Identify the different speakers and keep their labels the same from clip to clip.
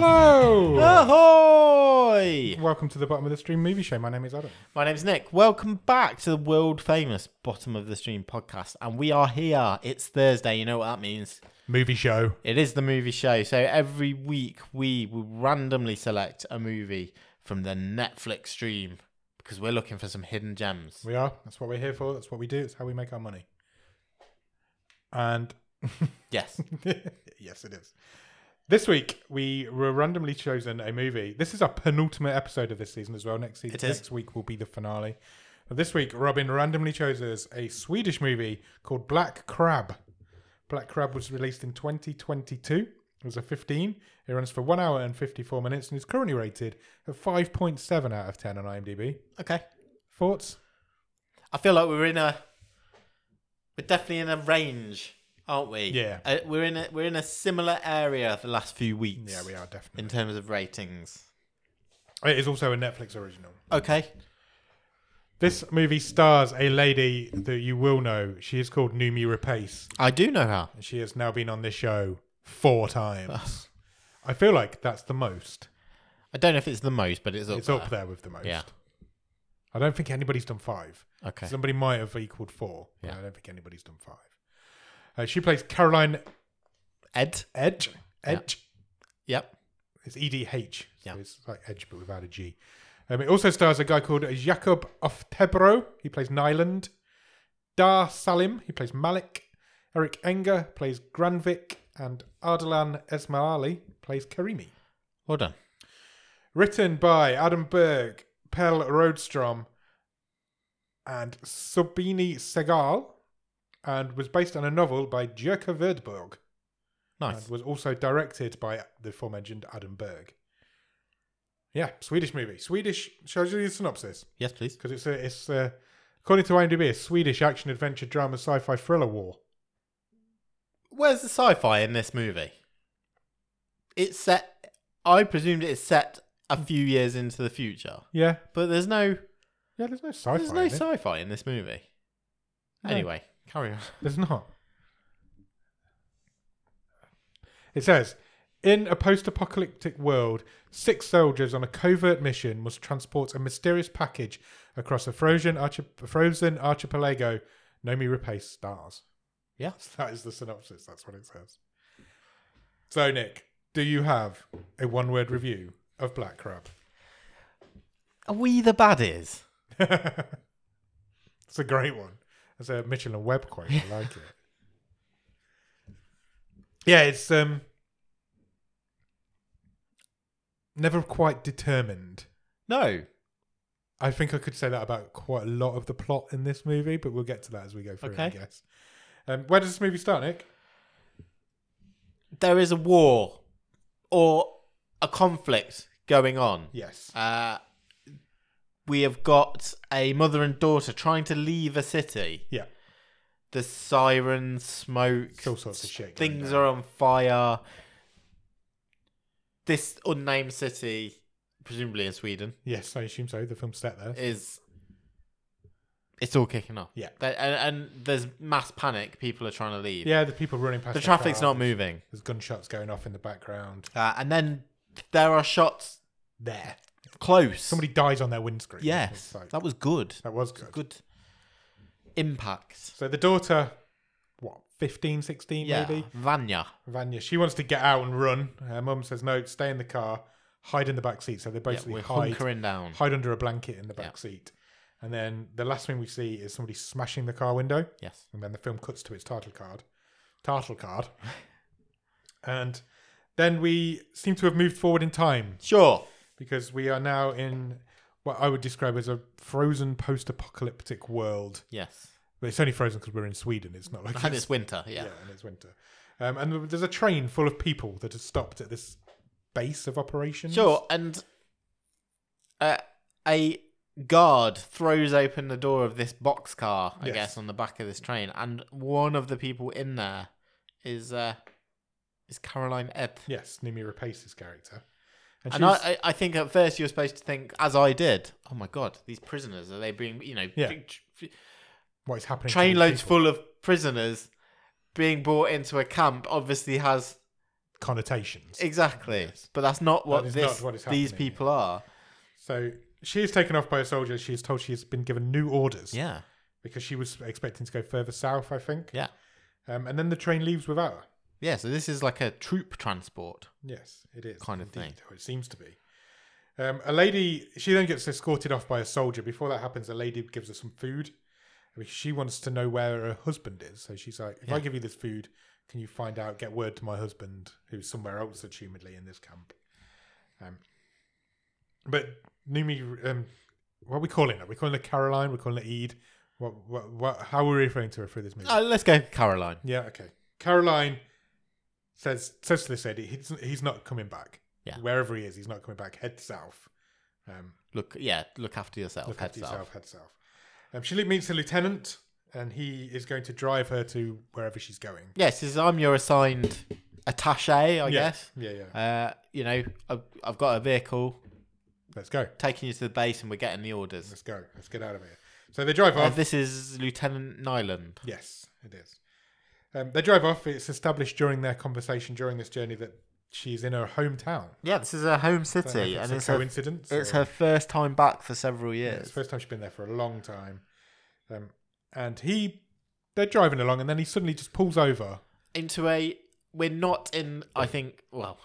Speaker 1: Hello.
Speaker 2: Ahoy!
Speaker 1: Welcome to the Bottom of the Stream Movie Show. My name is Adam.
Speaker 2: My name's Nick. Welcome back to the world famous Bottom of the Stream podcast. And we are here. It's Thursday. You know what that means.
Speaker 1: Movie show.
Speaker 2: It is the movie show. So every week we will randomly select a movie from the Netflix stream because we're looking for some hidden gems.
Speaker 1: We are. That's what we're here for. That's what we do. It's how we make our money. And
Speaker 2: Yes.
Speaker 1: yes, it is. This week we were randomly chosen a movie. This is our penultimate episode of this season as well. Next season,
Speaker 2: It is.
Speaker 1: next week will be the finale. But this week, Robin randomly chose us a Swedish movie called Black Crab. Black Crab was released in 2022. It was a 15. It runs for one hour and 54 minutes and is currently rated at 5.7 out of 10 on IMDb.
Speaker 2: Okay.
Speaker 1: Thoughts?
Speaker 2: I feel like we're in a we're definitely in a range, aren't we?
Speaker 1: Yeah.
Speaker 2: Uh, we're in a we're in a similar area the last few weeks.
Speaker 1: Yeah, we are definitely.
Speaker 2: In terms of ratings.
Speaker 1: It is also a Netflix original.
Speaker 2: Okay.
Speaker 1: This movie stars a lady that you will know. She is called Numi Rapace.
Speaker 2: I do know her.
Speaker 1: and She has now been on this show four times. I feel like that's the most.
Speaker 2: I don't know if it's the most, but it's up.
Speaker 1: It's up there with the most.
Speaker 2: Uh, Yeah.
Speaker 1: I don't think anybody's done five.
Speaker 2: Okay.
Speaker 1: Somebody might have equaled four. but
Speaker 2: Yeah.
Speaker 1: I don't think anybody's done five. Uh, she plays Caroline
Speaker 2: Ed.
Speaker 1: Edge. Edge.
Speaker 2: Yep.
Speaker 1: It's EDH. So
Speaker 2: Yeah.
Speaker 1: It's like Edge, but without a G. Um, it also stars a guy called Jakob Oftebro. He plays Nyland. Dar Salim. He plays Malik. Eric Enger plays Granvik. And Ardalan Esmaali plays Karimi.
Speaker 2: Well done.
Speaker 1: Written by Adam Berg, Pell Rodstrom, and Sabini Segal. And was based on a novel by Jerker Verdberg.
Speaker 2: Nice.
Speaker 1: And was also directed by the aforementioned Adam Berg. Yeah, Swedish movie. Swedish. Shall I do the synopsis?
Speaker 2: yes, please.
Speaker 1: Because it's a, it's a, according to IMDb, a Swedish action adventure drama sci-fi thriller war.
Speaker 2: Where's the sci-fi in this movie? It's set. I presumed it's set a few years into the future,
Speaker 1: Yeah,
Speaker 2: but there's no
Speaker 1: yeah. There's no sci-fi.
Speaker 2: there's no
Speaker 1: in it.
Speaker 2: sci-fi in this movie.
Speaker 1: No.
Speaker 2: Anyway, carry on.
Speaker 1: There's not. It says, in a post-apocalyptic world, six soldiers on a covert mission must transport a mysterious package across a frozen, archi- frozen archipelago. Nomi Rapace stars.
Speaker 2: Yeah.
Speaker 1: That is the synopsis. That's what it says. So, Nick, do you have a one word review of Black Crab?
Speaker 2: Are we the baddies?
Speaker 1: it's a great one. It's a Mitchell and Webb quote. I like it. Yeah, it's um never quite determined.
Speaker 2: No.
Speaker 1: I think I could say that about quite a lot of the plot in this movie, but we'll get to that as we go through, I
Speaker 2: Okay.
Speaker 1: guess. Um, where does this movie start, Nick?
Speaker 2: There is a war or a conflict going on.
Speaker 1: Yes.
Speaker 2: Uh, we have got a mother and daughter trying to leave a city.
Speaker 1: Yeah.
Speaker 2: The sirens, smoke,
Speaker 1: It's all sorts of shit going
Speaker 2: Things
Speaker 1: down.
Speaker 2: are on fire. This unnamed city, presumably in Sweden,
Speaker 1: Yes, I assume so. The film's set there.
Speaker 2: is it's all kicking off.
Speaker 1: Yeah.
Speaker 2: They- and, and there's mass panic. People are trying to leave.
Speaker 1: Yeah, the people running past
Speaker 2: the traffic's
Speaker 1: car,
Speaker 2: not moving.
Speaker 1: There's gunshots going off in the background.
Speaker 2: Uh, and then there are shots
Speaker 1: There.
Speaker 2: close.
Speaker 1: Somebody Oh, dies on their windscreen. It's
Speaker 2: Yes,
Speaker 1: like-
Speaker 2: that was good.
Speaker 1: that was good.
Speaker 2: Good impact.
Speaker 1: So the daughter, what, 15, 16
Speaker 2: Yeah,
Speaker 1: maybe?
Speaker 2: Vanya.
Speaker 1: Vanya, she wants to get out and run. Her mum says, no, stay in the car, hide in the back seat. So they
Speaker 2: Yeah,
Speaker 1: basically
Speaker 2: we're
Speaker 1: hide,
Speaker 2: hunkering down.
Speaker 1: hide under a blanket in the back seat. And then the last thing we see is somebody smashing the car window.
Speaker 2: Yes.
Speaker 1: And then the film cuts to its title card. Title card. and then we seem to have moved forward in time
Speaker 2: Sure.
Speaker 1: because we are now in what I would describe as a frozen post apocalyptic world.
Speaker 2: Yes.
Speaker 1: But it's only frozen because we're in Sweden. It's not like
Speaker 2: And it's winter. Yeah.
Speaker 1: yeah, and it's winter. Um, and there's a train full of people that have stopped at this base of operations.
Speaker 2: Sure. And uh, a guard throws open the door of this boxcar, I
Speaker 1: Yes.
Speaker 2: guess, on the back of this train, and one of the people in there is uh, is Caroline Ebb.
Speaker 1: Yes, Numi Rapace's character. And,
Speaker 2: And I, I, I think at first you're supposed to think, as I did, oh my god, these prisoners are they being, you know,
Speaker 1: Yeah.
Speaker 2: big tr-
Speaker 1: what is happening? to
Speaker 2: train
Speaker 1: these
Speaker 2: loads
Speaker 1: people.
Speaker 2: full of prisoners being brought into a camp. Obviously has
Speaker 1: connotations.
Speaker 2: Exactly. But that's not what
Speaker 1: That is
Speaker 2: this
Speaker 1: not what is
Speaker 2: these
Speaker 1: happening,
Speaker 2: people are.
Speaker 1: So she is taken off by a soldier. She is told she has been given new orders
Speaker 2: Yeah.
Speaker 1: because she was expecting to go further south, I think.
Speaker 2: Yeah.
Speaker 1: Um, and then the train leaves without her.
Speaker 2: Yeah, so this is like a troop transport.
Speaker 1: Yes, it is.
Speaker 2: Kind of thing.
Speaker 1: Or it seems to be. Um, a lady, she then gets escorted off by a soldier. Before that happens, a lady gives her some food because she wants to know where her husband is. So she's like, if I
Speaker 2: Yeah.
Speaker 1: give you this food, can you find out, get word to my husband, who's somewhere else, assumedly, in this camp? Um, but Numi, um, what are we calling her? We're calling her Caroline, we're calling her Ede. What, what, what, how are we referring to her through this movie?
Speaker 2: Uh, let's go Caroline.
Speaker 1: Yeah, okay. Caroline says says to this lady, he's he's not coming back.
Speaker 2: Yeah.
Speaker 1: Wherever he is, he's not coming back. Head south. Um,
Speaker 2: Look yeah, look after yourself.
Speaker 1: look
Speaker 2: head
Speaker 1: after
Speaker 2: south.
Speaker 1: yourself. Head south. Um, she meets a lieutenant, and he is going to drive her to wherever she's going.
Speaker 2: Yes, this is, I'm your assigned attache, I
Speaker 1: Yeah.
Speaker 2: guess.
Speaker 1: Yeah, yeah.
Speaker 2: Uh, you know, I've, I've got a vehicle
Speaker 1: Let's go.
Speaker 2: taking you to the base, and we're getting the orders.
Speaker 1: Let's go. Let's get out of here. So they drive
Speaker 2: Uh,
Speaker 1: off.
Speaker 2: this is Lieutenant Nyland.
Speaker 1: Yes, it is. Um, they drive off. It's established during their conversation during this journey that she's in her hometown.
Speaker 2: Yeah, this is her home
Speaker 1: I don't know if
Speaker 2: city,
Speaker 1: it's
Speaker 2: and
Speaker 1: a
Speaker 2: it's her,
Speaker 1: coincidence.
Speaker 2: it's
Speaker 1: or-
Speaker 2: her first time back for several
Speaker 1: It's
Speaker 2: years.
Speaker 1: the first time she's been there for a long time. Um, and he, they're driving along, and then he suddenly just pulls over.
Speaker 2: Into a, we're not in. I think well,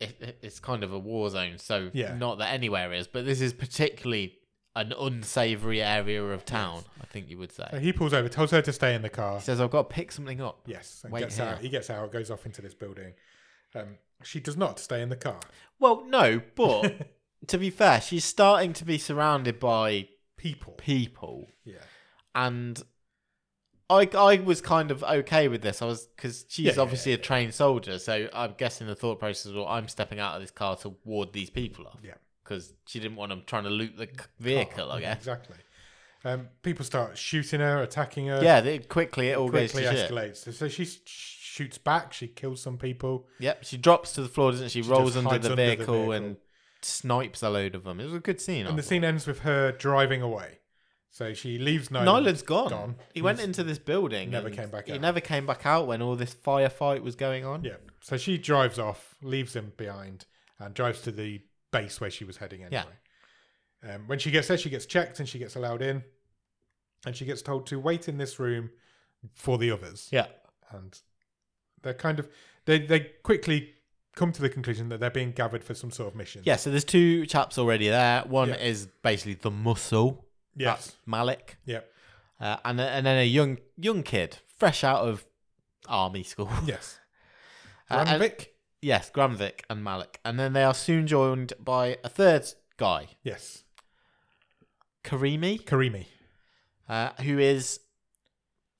Speaker 2: it, it- it's kind of a war zone, so
Speaker 1: Yeah.
Speaker 2: not that anywhere is, but this is particularly an unsavory area of town. I think you would say.
Speaker 1: So Uh, he pulls over, tells her to stay in the car.
Speaker 2: He says, "I've got to pick something up."
Speaker 1: Yes, and
Speaker 2: Wait
Speaker 1: gets
Speaker 2: here.
Speaker 1: out. He gets out, goes off into this building. Um, she does not stay in the car.
Speaker 2: Well, no, but to be fair, she's starting to be surrounded by
Speaker 1: People.
Speaker 2: people,
Speaker 1: Yeah.
Speaker 2: and I I was kind of okay with this. I was because
Speaker 1: Yeah,
Speaker 2: she's
Speaker 1: yeah,
Speaker 2: obviously a trained soldier, so I'm guessing the thought process was, well, I'm stepping out of this car to ward these people off.
Speaker 1: Yeah.
Speaker 2: because she didn't want them trying to loot the c- vehicle. I
Speaker 1: Yeah,
Speaker 2: guess.
Speaker 1: Exactly. Um, people start shooting her, attacking her.
Speaker 2: Yeah, they, quickly it all
Speaker 1: Quickly
Speaker 2: goes to shit.
Speaker 1: escalates. So she sh- shoots back. She kills some people.
Speaker 2: Yep, she drops to the floor, doesn't she? rolls
Speaker 1: just
Speaker 2: under
Speaker 1: hides
Speaker 2: the,
Speaker 1: under the
Speaker 2: vehicle
Speaker 1: vehicle.
Speaker 2: and snipes a load of them. It was a good scene.
Speaker 1: And the scene ends with her driving away. So she leaves Nyland.
Speaker 2: Nyland's gone.
Speaker 1: gone.
Speaker 2: He went into this building.
Speaker 1: never
Speaker 2: and
Speaker 1: came back
Speaker 2: He
Speaker 1: out.
Speaker 2: never came back out when all this firefight was going on.
Speaker 1: Yeah. So she drives off, leaves him behind, and drives to the base where she was heading anyway. Um, when she gets there, she gets checked and she gets allowed in. And she gets told to wait in this room for the others.
Speaker 2: Yeah.
Speaker 1: And they're kind of they they quickly come to the conclusion that they're being gathered for some sort of mission.
Speaker 2: Yeah, so there's two chaps already there. One
Speaker 1: Yeah.
Speaker 2: is basically the muscle.
Speaker 1: Yes.
Speaker 2: That's Malik.
Speaker 1: Yep.
Speaker 2: Uh, and and then a young young kid, fresh out of army school.
Speaker 1: Yes.
Speaker 2: Uh, and-
Speaker 1: Ranvik?
Speaker 2: yes, Granvik and Malik. And then they are soon joined by a third guy,
Speaker 1: Yes.
Speaker 2: Karimi,
Speaker 1: Karimi.
Speaker 2: uh, who is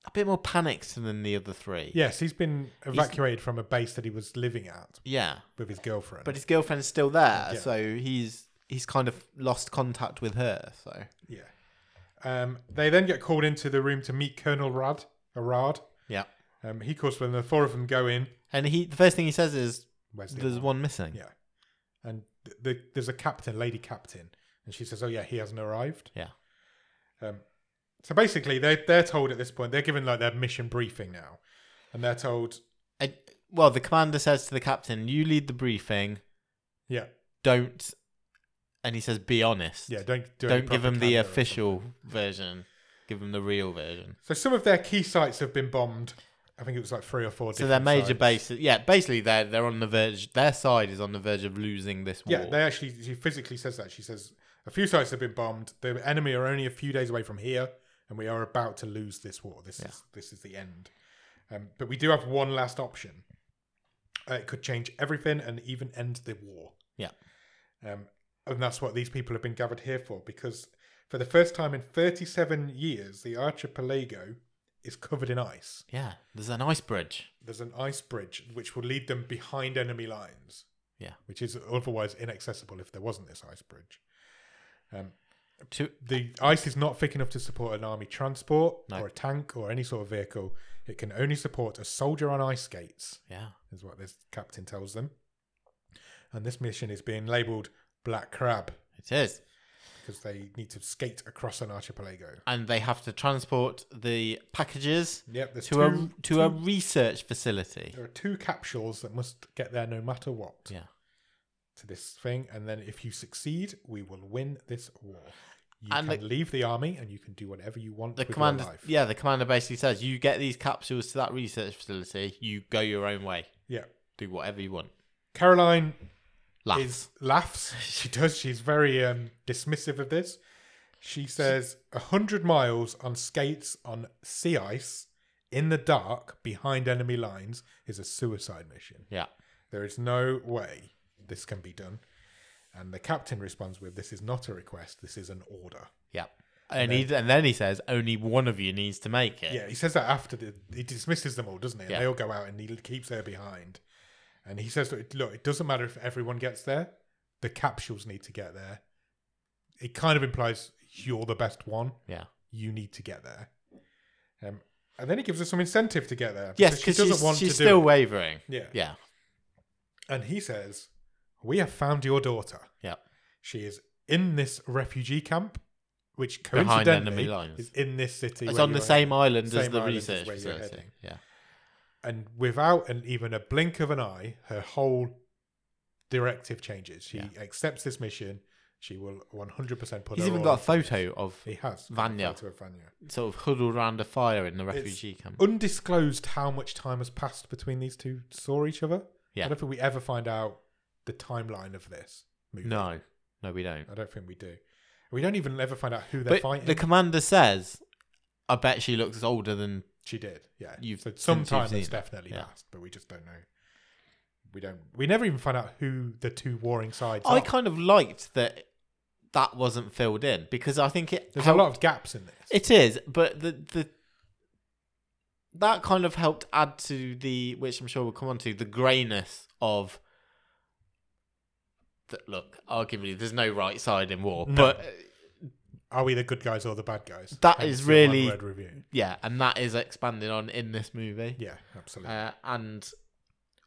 Speaker 2: a bit more panicked than the other three.
Speaker 1: Yes, he's been evacuated from a base that he was living at
Speaker 2: Yeah.
Speaker 1: with his girlfriend.
Speaker 2: but his girlfriend's still there,
Speaker 1: Yeah.
Speaker 2: so he's he's kind of lost contact with her. So
Speaker 1: Yeah. Um, they then get called into the room to meet Colonel Rudd, Arad.
Speaker 2: yeah,
Speaker 1: Um, he calls for them. The four of them go in.
Speaker 2: and he the first thing he says is,
Speaker 1: Where's the
Speaker 2: "There's
Speaker 1: other
Speaker 2: one missing."
Speaker 1: Yeah. And th- the, there's a captain, lady captain, and she says, "Oh yeah, he hasn't arrived."
Speaker 2: Yeah.
Speaker 1: Um, so basically, they they're told at this point they're given like their mission briefing now, and they're told,
Speaker 2: And, well, the commander says to the captain, "You lead the briefing.
Speaker 1: "Yeah,
Speaker 2: Don't," and he says, "Be honest.
Speaker 1: yeah, don't do any
Speaker 2: don't give him the
Speaker 1: propaganda or
Speaker 2: official version. Give him the real version."
Speaker 1: something." So some of their key sites have been bombed. I think it was like three or four.
Speaker 2: So their
Speaker 1: different
Speaker 2: major
Speaker 1: sites.
Speaker 2: base, yeah, basically they're they're on the verge. Their side is on the verge of losing this war.
Speaker 1: Yeah, they actually she physically says that. She says a few sites have been bombed. The enemy are only a few days away from here, and we are about to lose this war. This is this is the end. Um, but we do have one last option. Uh, it could change everything and even end the war.
Speaker 2: Yeah.
Speaker 1: Um, and that's what these people have been gathered here for, because for the first time in 37 years, the archipelago is covered in ice.
Speaker 2: yeah, there's an ice bridge.
Speaker 1: There's an ice bridge which will lead them behind enemy lines
Speaker 2: Yeah,
Speaker 1: which is otherwise inaccessible if there wasn't this ice bridge. Um,
Speaker 2: to
Speaker 1: the ice is not thick enough to support an army transport
Speaker 2: No.
Speaker 1: or a tank or any sort of vehicle. It can only support a soldier on ice skates,
Speaker 2: yeah.
Speaker 1: is what this captain tells them. And this mission is being labelled Black Crab.
Speaker 2: It is.
Speaker 1: because they need to skate across an archipelago.
Speaker 2: and they have to transport the packages
Speaker 1: Yep, there's
Speaker 2: to
Speaker 1: two,
Speaker 2: a to a research facility.
Speaker 1: there are two capsules that must get there no matter what
Speaker 2: Yeah.
Speaker 1: to this thing, and then if you succeed, we will win this war. You
Speaker 2: And
Speaker 1: can
Speaker 2: the-
Speaker 1: leave the army and you can do whatever you want
Speaker 2: The
Speaker 1: with
Speaker 2: commander,
Speaker 1: your life.
Speaker 2: yeah, the commander basically says, "You get these capsules to that research facility. You go your own way.
Speaker 1: Yeah.
Speaker 2: Do whatever you want."
Speaker 1: Caroline
Speaker 2: Laughs.
Speaker 1: is laughs. She does. She's very um, dismissive of this. She says a hundred miles on skates on sea ice in the dark behind enemy lines is a suicide mission.
Speaker 2: yeah,
Speaker 1: There is no way this can be done. And the captain responds with, "This is not a request. This is an order."
Speaker 2: yeah. And, he, and then he says, "Only one of you needs to make it."
Speaker 1: Yeah, he says that after the, he dismisses them all, doesn't he? And
Speaker 2: Yeah.
Speaker 1: they all go out, and he keeps her behind. And he says, "Look, "Look, it doesn't matter if everyone gets there. The capsules need to get there." It kind of implies you're the best one.
Speaker 2: yeah.
Speaker 1: You need to get there. Um, and then he gives her some incentive to get there.
Speaker 2: Yes, because she's, she's
Speaker 1: do
Speaker 2: still
Speaker 1: it.
Speaker 2: wavering.
Speaker 1: Yeah.
Speaker 2: Yeah,
Speaker 1: And he says, "We have found your daughter.
Speaker 2: yeah.
Speaker 1: She is in this refugee camp, which
Speaker 2: Behind enemy
Speaker 1: coincidentally
Speaker 2: lines.
Speaker 1: is in this city.
Speaker 2: It's
Speaker 1: where
Speaker 2: on the
Speaker 1: you're
Speaker 2: same island as
Speaker 1: Same
Speaker 2: the
Speaker 1: island as
Speaker 2: research
Speaker 1: where you're
Speaker 2: facility.
Speaker 1: heading.
Speaker 2: Yeah,
Speaker 1: and without an, even a blink of an eye, her whole directive changes. She
Speaker 2: Yeah.
Speaker 1: accepts this mission. She will 100% put
Speaker 2: he's
Speaker 1: her
Speaker 2: even
Speaker 1: all-
Speaker 2: got a photo of
Speaker 1: He has.
Speaker 2: Vanya.
Speaker 1: To a Vanya.
Speaker 2: sort of huddled around a fire in the refugee camp.
Speaker 1: Undisclosed how much time has passed between these two saw each other.
Speaker 2: Yeah.
Speaker 1: I don't think we ever find out the timeline of this movie.
Speaker 2: No, no, we don't.
Speaker 1: I don't think we do. We don't even ever find out who they're
Speaker 2: But
Speaker 1: fighting.
Speaker 2: the commander says, "I bet she looks older than."
Speaker 1: She did, yeah.
Speaker 2: You've-
Speaker 1: so
Speaker 2: since
Speaker 1: some
Speaker 2: you've
Speaker 1: time
Speaker 2: seen
Speaker 1: has
Speaker 2: it,
Speaker 1: definitely
Speaker 2: yeah.
Speaker 1: passed, but we just don't know. We don't. We never even find out who the two warring sides
Speaker 2: I
Speaker 1: are.
Speaker 2: kind of liked that that wasn't filled in because I think it
Speaker 1: There's a
Speaker 2: helped-
Speaker 1: lot of gaps in this.
Speaker 2: It is, but the the that kind of helped add to the which I'm sure we'll come on to the greyness of that look, arguably there's no right side in war,
Speaker 1: No.
Speaker 2: but
Speaker 1: Are we the good guys or the bad guys?
Speaker 2: That
Speaker 1: That is
Speaker 2: is really-
Speaker 1: word review.
Speaker 2: yeah, and that is expanded on in this movie.
Speaker 1: Yeah, absolutely.
Speaker 2: Uh, and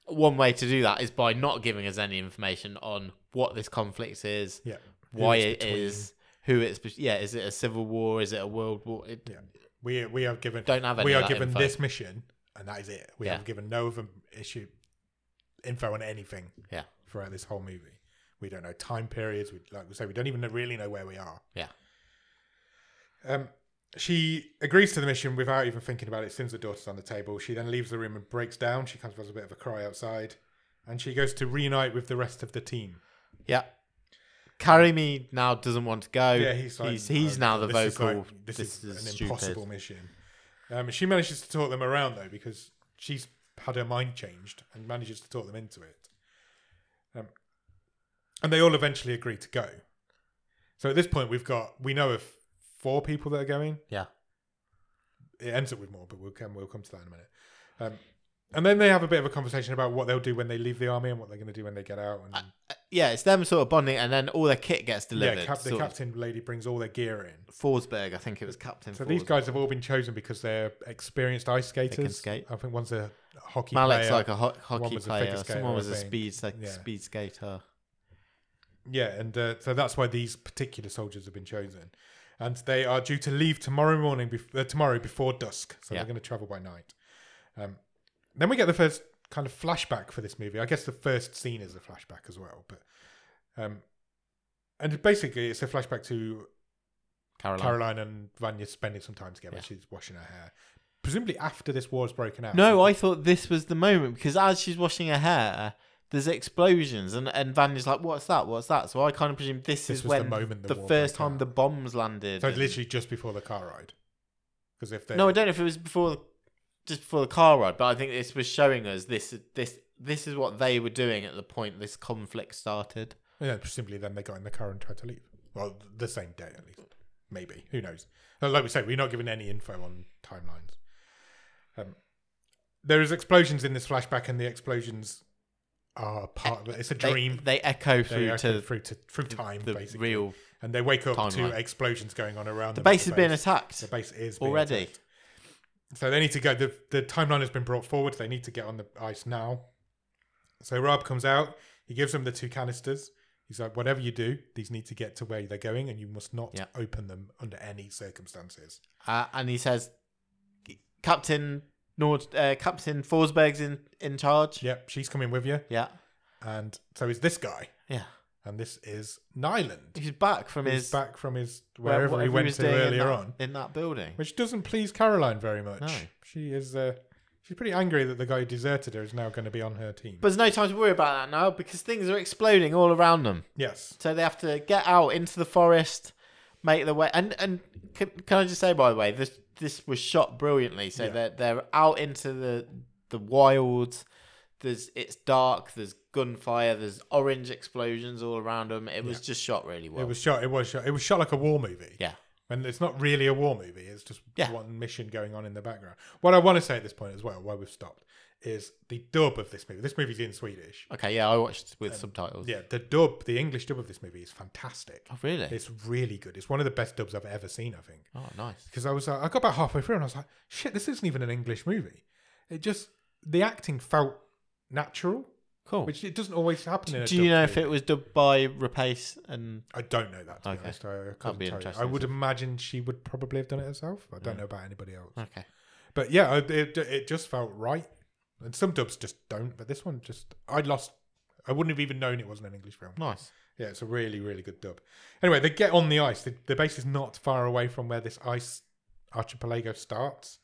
Speaker 2: one way to do that is by not giving us any information on what this conflict is,
Speaker 1: yeah.
Speaker 2: why
Speaker 1: Who
Speaker 2: it
Speaker 1: it's
Speaker 2: is, who it's be- yeah, is it a civil war, is it a world war? It,
Speaker 1: between. Yeah. We we are given.
Speaker 2: Don't have any
Speaker 1: We
Speaker 2: of
Speaker 1: are
Speaker 2: that
Speaker 1: given
Speaker 2: info.
Speaker 1: this mission, and that is it. We
Speaker 2: Yeah.
Speaker 1: have given no other issue info on anything
Speaker 2: yeah,
Speaker 1: throughout this whole movie. We don't know time periods. We, like we say, we don't even really know where we are.
Speaker 2: yeah.
Speaker 1: Um, she agrees to the mission without even thinking about it. Since her daughter's on the table, she then leaves the room and breaks down. She comes with a bit of a cry outside, and she goes to reunite with the rest of the team.
Speaker 2: Yeah. Carry me now doesn't want to go.
Speaker 1: Yeah, he's like,
Speaker 2: he's, he's
Speaker 1: "Oh,
Speaker 2: now the
Speaker 1: this is
Speaker 2: vocal.
Speaker 1: like-
Speaker 2: this, is,
Speaker 1: an
Speaker 2: stupid.
Speaker 1: impossible mission. Um, she manages to talk them around though, because she's had her mind changed and manages to talk them into it. Um, and they all eventually agree to go. So at this point, we've got we know of four people that are going.
Speaker 2: Yeah,
Speaker 1: It ends up with more, but we'll come we'll come to that in a minute. Um, and then they have a bit of a conversation about what they'll do when they leave the army and what they're going to do when they get out. And
Speaker 2: Uh, yeah. It's them sort of bonding, and then all their kit gets delivered.
Speaker 1: yeah, cap, the
Speaker 2: sort of.
Speaker 1: captain lady brings all their gear in.
Speaker 2: Forsberg, I think it was Captain.
Speaker 1: So these
Speaker 2: Forsberg.
Speaker 1: guys have all been chosen because they're experienced ice skaters.
Speaker 2: skate.
Speaker 1: I think one's a hockey
Speaker 2: Malik's
Speaker 1: player.
Speaker 2: like a ho- hockey
Speaker 1: was a
Speaker 2: player.
Speaker 1: figure skater,
Speaker 2: Someone
Speaker 1: I
Speaker 2: was a
Speaker 1: think.
Speaker 2: speed sa-
Speaker 1: Yeah.
Speaker 2: speed skater.
Speaker 1: yeah, and uh, so that's why these particular soldiers have been chosen, and they are due to leave tomorrow morning, bef- uh, tomorrow before dusk. So
Speaker 2: Yeah.
Speaker 1: they're going to travel by night. Um, then we get the first kind of flashback for this movie. I guess the first scene is a flashback as well, but um, and basically it's a flashback to
Speaker 2: Caroline.
Speaker 1: Caroline and Vanya spending some time together.
Speaker 2: Yeah.
Speaker 1: She's washing her hair, presumably after this war has broken out.
Speaker 2: No, I thought this was the moment because as she's washing her hair, there's explosions, and and Vanya's like, "What's that? What's that?" So I kind of presume this,
Speaker 1: This
Speaker 2: is
Speaker 1: was the
Speaker 2: when
Speaker 1: moment the
Speaker 2: the,
Speaker 1: war
Speaker 2: first
Speaker 1: broke
Speaker 2: time
Speaker 1: out.
Speaker 2: the bombs landed.
Speaker 1: So
Speaker 2: and-
Speaker 1: literally just before the car ride. Because if they
Speaker 2: No, I don't know if it was before, the- just before the car ride, but I think this was showing us this this this is what they were doing at the point this conflict started.
Speaker 1: yeah, simply then they got in the car and tried to leave. Well, the same day at least, maybe. Who knows? Uh, Like we say, we're not given any info on timelines. Um, there is explosions in this flashback, and the explosions are part of it. It's a
Speaker 2: They-
Speaker 1: dream.
Speaker 2: They, echo
Speaker 1: They
Speaker 2: through
Speaker 1: are
Speaker 2: to
Speaker 1: through to through time,
Speaker 2: the
Speaker 1: basically,
Speaker 2: real.
Speaker 1: and they wake up to
Speaker 2: timeline.
Speaker 1: explosions going on around
Speaker 2: The
Speaker 1: them at
Speaker 2: base is being
Speaker 1: base.
Speaker 2: attacked
Speaker 1: The base is being
Speaker 2: already.
Speaker 1: attacked. So they need to go. The, the timeline has been brought forward. They need to get on the ice now. So Rob comes out. He gives them the two canisters. He's like, whatever you do, these need to get to where they're going, and you must not
Speaker 2: Yeah.
Speaker 1: open them under any circumstances.
Speaker 2: Uh, and he says, Captain Nord, uh, Captain Forsberg's in, in charge.
Speaker 1: Yep, she's coming with you,
Speaker 2: Yeah.
Speaker 1: and so is this guy,
Speaker 2: Yeah.
Speaker 1: and this is Nyland.
Speaker 2: He's back from
Speaker 1: He's
Speaker 2: his.
Speaker 1: back from his
Speaker 2: where-
Speaker 1: wherever he
Speaker 2: whatever
Speaker 1: went
Speaker 2: was
Speaker 1: to
Speaker 2: doing in
Speaker 1: earlier
Speaker 2: that-
Speaker 1: on,
Speaker 2: In that building.
Speaker 1: which doesn't please Caroline very much.
Speaker 2: No.
Speaker 1: She is. Uh, she's pretty angry that the guy who deserted her is now going to be on her team.
Speaker 2: But there's no time to worry about that now because things are exploding all around them.
Speaker 1: yes.
Speaker 2: So they have to get out into the forest, make their way. And and can, can I just say by the way, this this was shot brilliantly. So
Speaker 1: Yeah.
Speaker 2: they're they're out into the the wilds. There's it's dark. There's gunfire. There's orange explosions all around them. It was just shot really well.
Speaker 1: It was shot. It was shot. It was shot like a war movie.
Speaker 2: Yeah.
Speaker 1: and it's not really a war movie. It's just
Speaker 2: Yeah.
Speaker 1: one mission going on in the background. What I want to say at this point as well, why we've stopped, is the dub of this movie. This movie's in Swedish.
Speaker 2: okay. Yeah, I watched with subtitles.
Speaker 1: Yeah, the dub, the English dub of this movie is fantastic.
Speaker 2: Oh really?
Speaker 1: It's really good. It's one of the best dubs I've ever seen. I think
Speaker 2: oh nice.
Speaker 1: because I was, uh, I got about halfway through and I was like, shit, this isn't even an English movie. It just the acting felt natural,
Speaker 2: Cool.
Speaker 1: which it doesn't always happen. in a
Speaker 2: Do you
Speaker 1: dubbed
Speaker 2: know
Speaker 1: movie.
Speaker 2: if it was dubbed by Rapace and
Speaker 1: I don't know that. To
Speaker 2: Okay.
Speaker 1: be honest. I, I couldn't
Speaker 2: be
Speaker 1: tell you.
Speaker 2: interesting
Speaker 1: I
Speaker 2: to
Speaker 1: would imagine she would probably have done it herself. I don't know about anybody else.
Speaker 2: okay?
Speaker 1: But yeah, I- it, it just felt right. And some dubs just don't. But this one just, I lost. I wouldn't have even known it wasn't an English film.
Speaker 2: Nice.
Speaker 1: Yeah, it's a really, really good dub. Anyway, they get on the ice. The, the base is not far away from where this ice archipelago starts.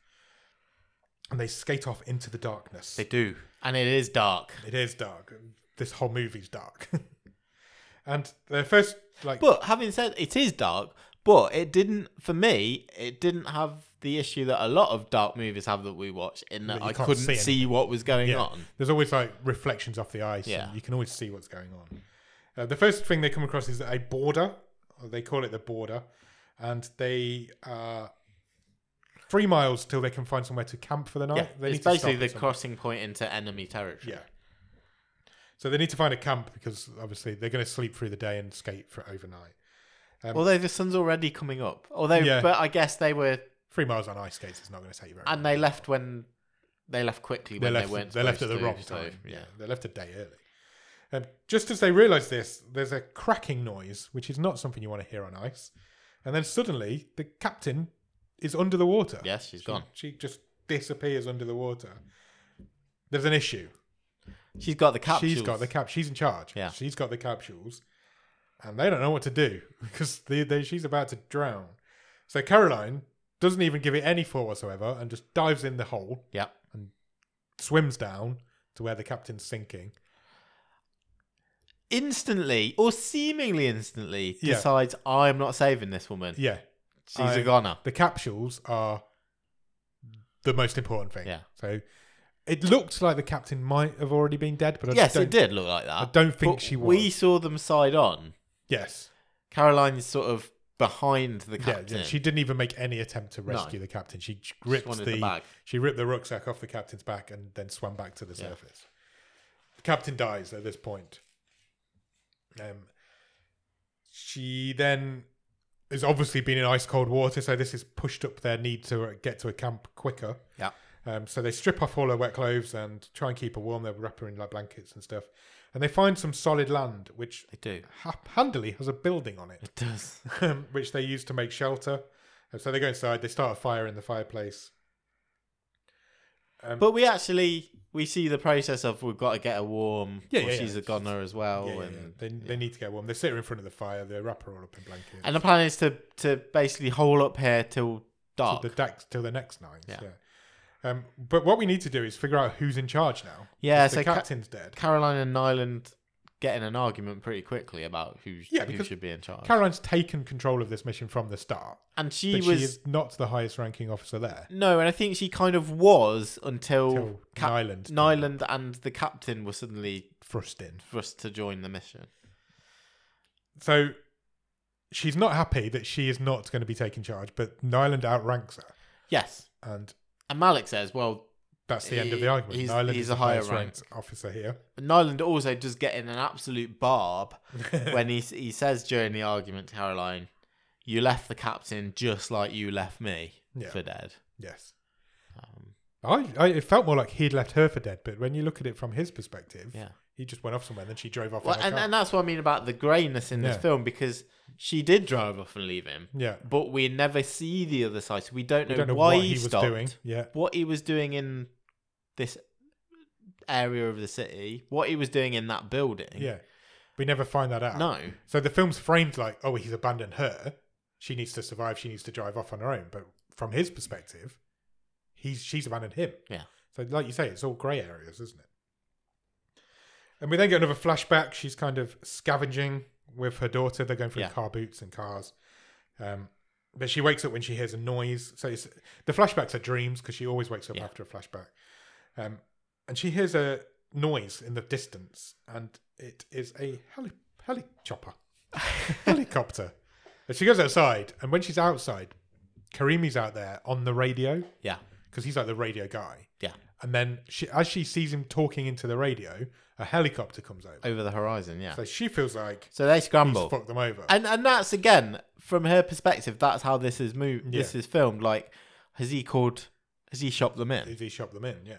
Speaker 1: And they skate off into the darkness.
Speaker 2: They do, and it is dark.
Speaker 1: it is dark. This whole movie's dark. and their first, like,
Speaker 2: But having said it is dark, but it didn't for me, it didn't have the issue that a lot of dark movies have that we watch in that
Speaker 1: That you
Speaker 2: I
Speaker 1: can't
Speaker 2: couldn't
Speaker 1: see
Speaker 2: see, what was going
Speaker 1: Yeah.
Speaker 2: on.
Speaker 1: There's always like reflections off the ice.
Speaker 2: Yeah.
Speaker 1: And you can always see what's going on. Uh, the first thing they come across is a border. Or they call it the border. And they are three miles till they can find somewhere to camp for the night.
Speaker 2: Yeah.
Speaker 1: They
Speaker 2: It's
Speaker 1: to
Speaker 2: basically
Speaker 1: stop
Speaker 2: the
Speaker 1: at some-
Speaker 2: crossing point into enemy territory.
Speaker 1: Yeah. So they need to find a camp because obviously they're going to sleep through the day and skate for overnight.
Speaker 2: Although the sun's already coming up. Although
Speaker 1: Yeah.
Speaker 2: but I guess they were
Speaker 1: Three miles on ice skates is not going to take you very
Speaker 2: and they left when they left quickly
Speaker 1: they
Speaker 2: when
Speaker 1: left,
Speaker 2: they weren't
Speaker 1: they left at
Speaker 2: supposed
Speaker 1: the
Speaker 2: to,
Speaker 1: wrong
Speaker 2: so,
Speaker 1: time. yeah.
Speaker 2: yeah.
Speaker 1: they left a day early. Um, just as they realise this, there's a cracking noise, which is not something you want to hear on ice. And then suddenly, the captain is under the water.
Speaker 2: Yes, she's
Speaker 1: she,
Speaker 2: gone.
Speaker 1: She just disappears under the water. There's an issue.
Speaker 2: She's got the capsules.
Speaker 1: She's got the cap. She's in charge.
Speaker 2: Yeah.
Speaker 1: she's got the capsules, and they don't know what to do because they, they, she's about to drown. So Caroline doesn't even give it any thought whatsoever and just dives in the hole
Speaker 2: Yeah.
Speaker 1: swims down to where the captain's sinking.
Speaker 2: Instantly or seemingly instantly
Speaker 1: Yeah.
Speaker 2: decides I'm not saving this woman.
Speaker 1: Yeah,
Speaker 2: She's a
Speaker 1: I-
Speaker 2: goner.
Speaker 1: the capsules are the most important thing.
Speaker 2: Yeah.
Speaker 1: So it looked like the captain might have already been dead, but I
Speaker 2: Yes,
Speaker 1: don't,
Speaker 2: it did look like that.
Speaker 1: I don't think
Speaker 2: But
Speaker 1: she was.
Speaker 2: We saw them side on.
Speaker 1: Yes.
Speaker 2: Caroline's sort of behind the
Speaker 1: Yeah,
Speaker 2: captain.
Speaker 1: yeah. She didn't even make any attempt to rescue the captain. She gripped
Speaker 2: wanted
Speaker 1: the,
Speaker 2: the bag.
Speaker 1: she ripped the rucksack off the captain's back and then swam back to the
Speaker 2: Yeah.
Speaker 1: surface. The captain dies at this point. Um, she then has obviously been in ice cold water, so this has pushed up their need to uh, get to a camp quicker.
Speaker 2: Yeah.
Speaker 1: Um, so they strip off all her wet clothes and try and keep her warm. They wrap her in like blankets and stuff, and they find some solid land which
Speaker 2: They do.
Speaker 1: hap- handily has a building on it
Speaker 2: It does.
Speaker 1: um, which they use to make shelter. And so they go inside, they start a fire in the fireplace.
Speaker 2: But we actually we see the process of we've got to get her warm.
Speaker 1: Yeah,
Speaker 2: or
Speaker 1: yeah,
Speaker 2: she's
Speaker 1: yeah.
Speaker 2: a goner as well.
Speaker 1: Yeah, yeah,
Speaker 2: Oh, and
Speaker 1: yeah. They, they need to get warm. They sit her in front of the fire, they wrap her all up in blankets.
Speaker 2: and the plan is to to basically hole up here till dark.
Speaker 1: the deck till the next night. Yeah.
Speaker 2: Yeah.
Speaker 1: Um, but what we need to do is figure out who's in charge now.
Speaker 2: yeah,
Speaker 1: 'Cause
Speaker 2: Uh, so
Speaker 1: the
Speaker 2: Ca-
Speaker 1: captain's dead.
Speaker 2: Caroline and Nyland get in an argument pretty quickly about who
Speaker 1: Yeah,
Speaker 2: who
Speaker 1: because
Speaker 2: should be in charge.
Speaker 1: Caroline's taken control of this mission from the start,
Speaker 2: and she
Speaker 1: but
Speaker 2: was
Speaker 1: she is not the highest ranking officer there.
Speaker 2: no, and I think she kind of was until,
Speaker 1: Till
Speaker 2: Ca-
Speaker 1: Nyland turned
Speaker 2: Nyland and the captain were suddenly
Speaker 1: Thrust in.
Speaker 2: thrust to join the mission.
Speaker 1: So she's not happy that she is not going to be taking charge, but Nyland outranks her.
Speaker 2: Yes.
Speaker 1: And
Speaker 2: And Malik says, well,
Speaker 1: That's the end of
Speaker 2: He-
Speaker 1: the argument.
Speaker 2: he's-
Speaker 1: Nyland
Speaker 2: he's
Speaker 1: is
Speaker 2: a
Speaker 1: the
Speaker 2: higher
Speaker 1: highest ranked officer here.
Speaker 2: Nyland also does get in an absolute barb when he, he says during the argument, Caroline, you left the captain just like you left me
Speaker 1: Yeah.
Speaker 2: for dead.
Speaker 1: Yes,
Speaker 2: Um,
Speaker 1: I, I it felt more like he'd left her for dead, but when you look at it from his perspective,
Speaker 2: yeah.
Speaker 1: He just went off somewhere, and then she drove off.
Speaker 2: Well,
Speaker 1: in her
Speaker 2: and,
Speaker 1: car.
Speaker 2: and that's what I mean about the greyness in this
Speaker 1: Yeah.
Speaker 2: film because she did drive off and leave him,
Speaker 1: yeah,
Speaker 2: but we never see the other side, so we don't know,
Speaker 1: we don't know
Speaker 2: why
Speaker 1: what he
Speaker 2: he
Speaker 1: was
Speaker 2: stopped,
Speaker 1: doing. Yeah,
Speaker 2: what he was doing in this area of the city, what he was doing in that building.
Speaker 1: yeah. We never find that out.
Speaker 2: No.
Speaker 1: So the film's framed like, oh, he's abandoned her. She needs to survive. She needs to drive off on her own. But from his perspective, he's she's abandoned him.
Speaker 2: Yeah.
Speaker 1: So like you say, it's all grey areas, isn't it? And we then get another flashback. She's kind of scavenging with her daughter. They're going through
Speaker 2: Yeah.
Speaker 1: car boots and cars. Um, but she wakes up when she hears a noise. So it's, the flashbacks are dreams because she always wakes up
Speaker 2: Yeah.
Speaker 1: after a flashback. Um, and she hears a noise in the distance, and it is a heli- helicopter. helicopter. And she goes outside, and when she's outside, Karimi's out there on the radio
Speaker 2: Yeah.
Speaker 1: because he's like the radio guy.
Speaker 2: Yeah.
Speaker 1: And then she, as she sees him talking into the radio, a helicopter comes over.
Speaker 2: Over the horizon, yeah. So,
Speaker 1: So she feels like
Speaker 2: they
Speaker 1: he's
Speaker 2: scramble.
Speaker 1: fucked them over.
Speaker 2: and and that's again from her perspective. That's how this is moved.
Speaker 1: Yeah.
Speaker 2: This is filmed. Like, has he called? Has he shopped them in?
Speaker 1: Did he shop them in? Yeah.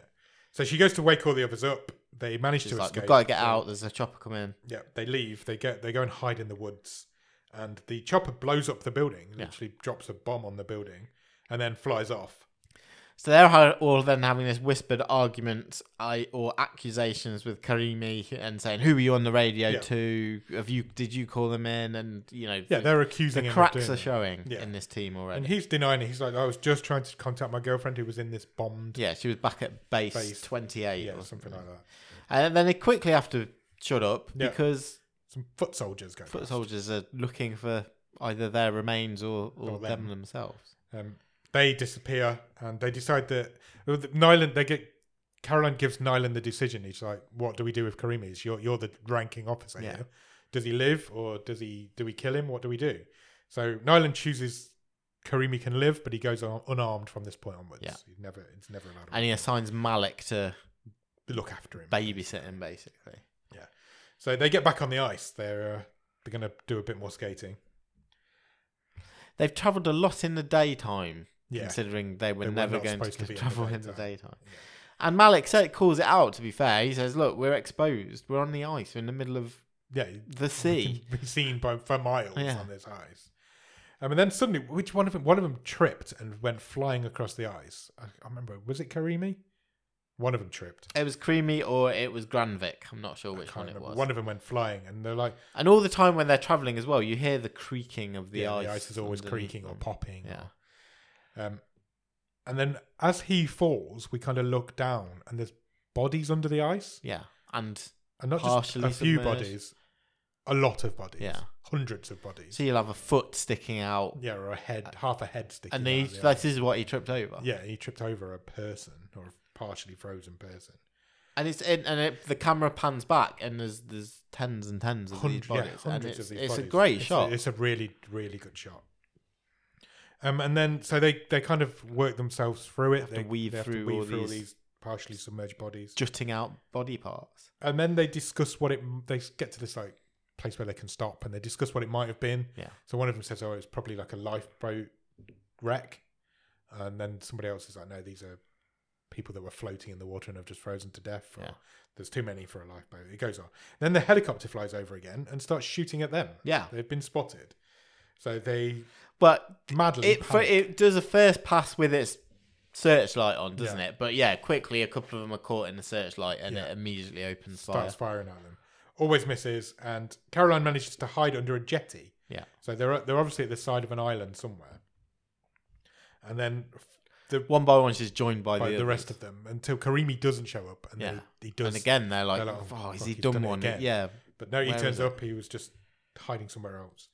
Speaker 1: So she goes to wake all the others up. They manage
Speaker 2: She's
Speaker 1: to
Speaker 2: like,
Speaker 1: escape.
Speaker 2: we've got to get out. There's a chopper coming.
Speaker 1: Yeah, they leave. They get they go and hide in the woods, and the chopper blows up the building.
Speaker 2: Yeah.
Speaker 1: Literally drops a bomb on the building, and then flies off.
Speaker 2: So they're ha- all then having this whispered argument I, or accusations with Karimi and saying, "Who were you on the radio
Speaker 1: Yeah.
Speaker 2: to? Have you? Did you call them in?" And you know,
Speaker 1: Yeah,
Speaker 2: the-
Speaker 1: they're
Speaker 2: the,
Speaker 1: accusing him. of
Speaker 2: cracks
Speaker 1: doing
Speaker 2: are
Speaker 1: that.
Speaker 2: showing
Speaker 1: Yeah.
Speaker 2: in this team already.
Speaker 1: And he's denying it. He's like, I was just trying to contact my girlfriend who was in this bombed.
Speaker 2: yeah, she was back at base,
Speaker 1: Base.
Speaker 2: twenty-eight
Speaker 1: Yeah,
Speaker 2: or
Speaker 1: something like that.
Speaker 2: And then they quickly have to shut up
Speaker 1: Yeah.
Speaker 2: because
Speaker 1: Some foot soldiers go.
Speaker 2: foot
Speaker 1: past.
Speaker 2: soldiers are looking for either their remains or, or,
Speaker 1: Or them.
Speaker 2: them. themselves.
Speaker 1: Um, they disappear, and they decide that well, the- Nyland. They get Caroline gives Nyland the decision. He's like, "What do we do with Karimi? He's- You're you're the ranking officer
Speaker 2: Yeah.
Speaker 1: here. Does he live or does he do we kill him? What do we do?" So Nyland chooses Karimi can live, but he goes on, unarmed from this point onwards.
Speaker 2: Yeah.
Speaker 1: He's never it's never allowed him
Speaker 2: And he assigns Malik to
Speaker 1: to look after him.
Speaker 2: babysit him, basically.
Speaker 1: so they get back on the ice. They're uh, they're gonna do a bit more skating.
Speaker 2: They've travelled a lot in the daytime,
Speaker 1: Yeah,
Speaker 2: considering they were
Speaker 1: They were
Speaker 2: never
Speaker 1: not
Speaker 2: going to,
Speaker 1: supposed to be in the
Speaker 2: travel in the
Speaker 1: daytime.
Speaker 2: daytime.
Speaker 1: Yeah.
Speaker 2: And Malik said, calls it out, to be fair. He says, Look, we're exposed. We're on the ice. We're in the middle of
Speaker 1: yeah.
Speaker 2: the sea.
Speaker 1: can be seen by for miles
Speaker 2: Yeah.
Speaker 1: on this ice. Um, and then suddenly, which one of them? One of them tripped and went flying across the ice. I, I remember. Was it Karimi? One of them tripped.
Speaker 2: It was Creamy or it was Granvik. I'm not sure
Speaker 1: I
Speaker 2: which
Speaker 1: can't
Speaker 2: one it
Speaker 1: remember.
Speaker 2: was.
Speaker 1: One of them went flying, and they're like,
Speaker 2: And all the time when they're travelling as well, you hear the creaking of the
Speaker 1: yeah,
Speaker 2: ice.
Speaker 1: "The ice is always
Speaker 2: underneath
Speaker 1: creaking or
Speaker 2: them.
Speaker 1: popping."
Speaker 2: Yeah.
Speaker 1: or- um, and then as he falls, we kind of look down, and there's bodies under the ice,
Speaker 2: Yeah. And
Speaker 1: and not
Speaker 2: Partially
Speaker 1: just a few
Speaker 2: submerged.
Speaker 1: bodies, a lot of bodies,
Speaker 2: Yeah.
Speaker 1: hundreds of bodies.
Speaker 2: so you'll have a foot sticking out.
Speaker 1: yeah, or a head, half a head sticking.
Speaker 2: And
Speaker 1: out
Speaker 2: he,
Speaker 1: of the ice.
Speaker 2: this is what he tripped over.
Speaker 1: Yeah, he tripped over a person or a partially frozen person.
Speaker 2: And it's and and it, the camera pans back and there's there's tens and tens of
Speaker 1: Hundred-
Speaker 2: these bodies.
Speaker 1: yeah,
Speaker 2: and
Speaker 1: hundreds of
Speaker 2: it's,
Speaker 1: these
Speaker 2: it's
Speaker 1: bodies.
Speaker 2: a great
Speaker 1: It's
Speaker 2: shot.
Speaker 1: it's a really, really good shot. Um, and then so they they kind of work themselves through it.
Speaker 2: Have to
Speaker 1: they
Speaker 2: weave
Speaker 1: they have
Speaker 2: through
Speaker 1: to weave
Speaker 2: all
Speaker 1: through all
Speaker 2: these-
Speaker 1: these partially submerged bodies,
Speaker 2: Jutting out body parts.
Speaker 1: and then they discuss what it. They get to this like place where they can stop, and they discuss what it might have been.
Speaker 2: Yeah.
Speaker 1: So one of them says, "Oh, it's probably like a lifeboat wreck," and then somebody else is like, "No, these are people that were floating in the water and have just frozen to death." Or,
Speaker 2: Yeah.
Speaker 1: There's too many for a lifeboat. It goes on. Then the helicopter flies over again and starts shooting at them.
Speaker 2: Yeah.
Speaker 1: They've been spotted, so they
Speaker 2: But
Speaker 1: madly.
Speaker 2: it for,
Speaker 1: panic.
Speaker 2: it does a first pass with its searchlight on, doesn't
Speaker 1: Yeah.
Speaker 2: it? But yeah, quickly a couple of them are caught in the searchlight and
Speaker 1: Yeah.
Speaker 2: it immediately opens fire.
Speaker 1: starts firing at them. Always misses, and Caroline manages to hide under a jetty.
Speaker 2: Yeah.
Speaker 1: So they're they're obviously at the side of an island somewhere, and then
Speaker 2: One by one she's joined by,
Speaker 1: by
Speaker 2: the,
Speaker 1: the,
Speaker 2: others.
Speaker 1: rest of them until Karimi doesn't show up, and
Speaker 2: Yeah.
Speaker 1: then he, he does.
Speaker 2: And again they're like,
Speaker 1: They're like, oh,
Speaker 2: Oh, has
Speaker 1: fuck,
Speaker 2: he
Speaker 1: he's
Speaker 2: done,
Speaker 1: done it
Speaker 2: one?
Speaker 1: again.
Speaker 2: Yeah.
Speaker 1: But no, he
Speaker 2: Where
Speaker 1: turns
Speaker 2: is it?
Speaker 1: up. He was just hiding somewhere else.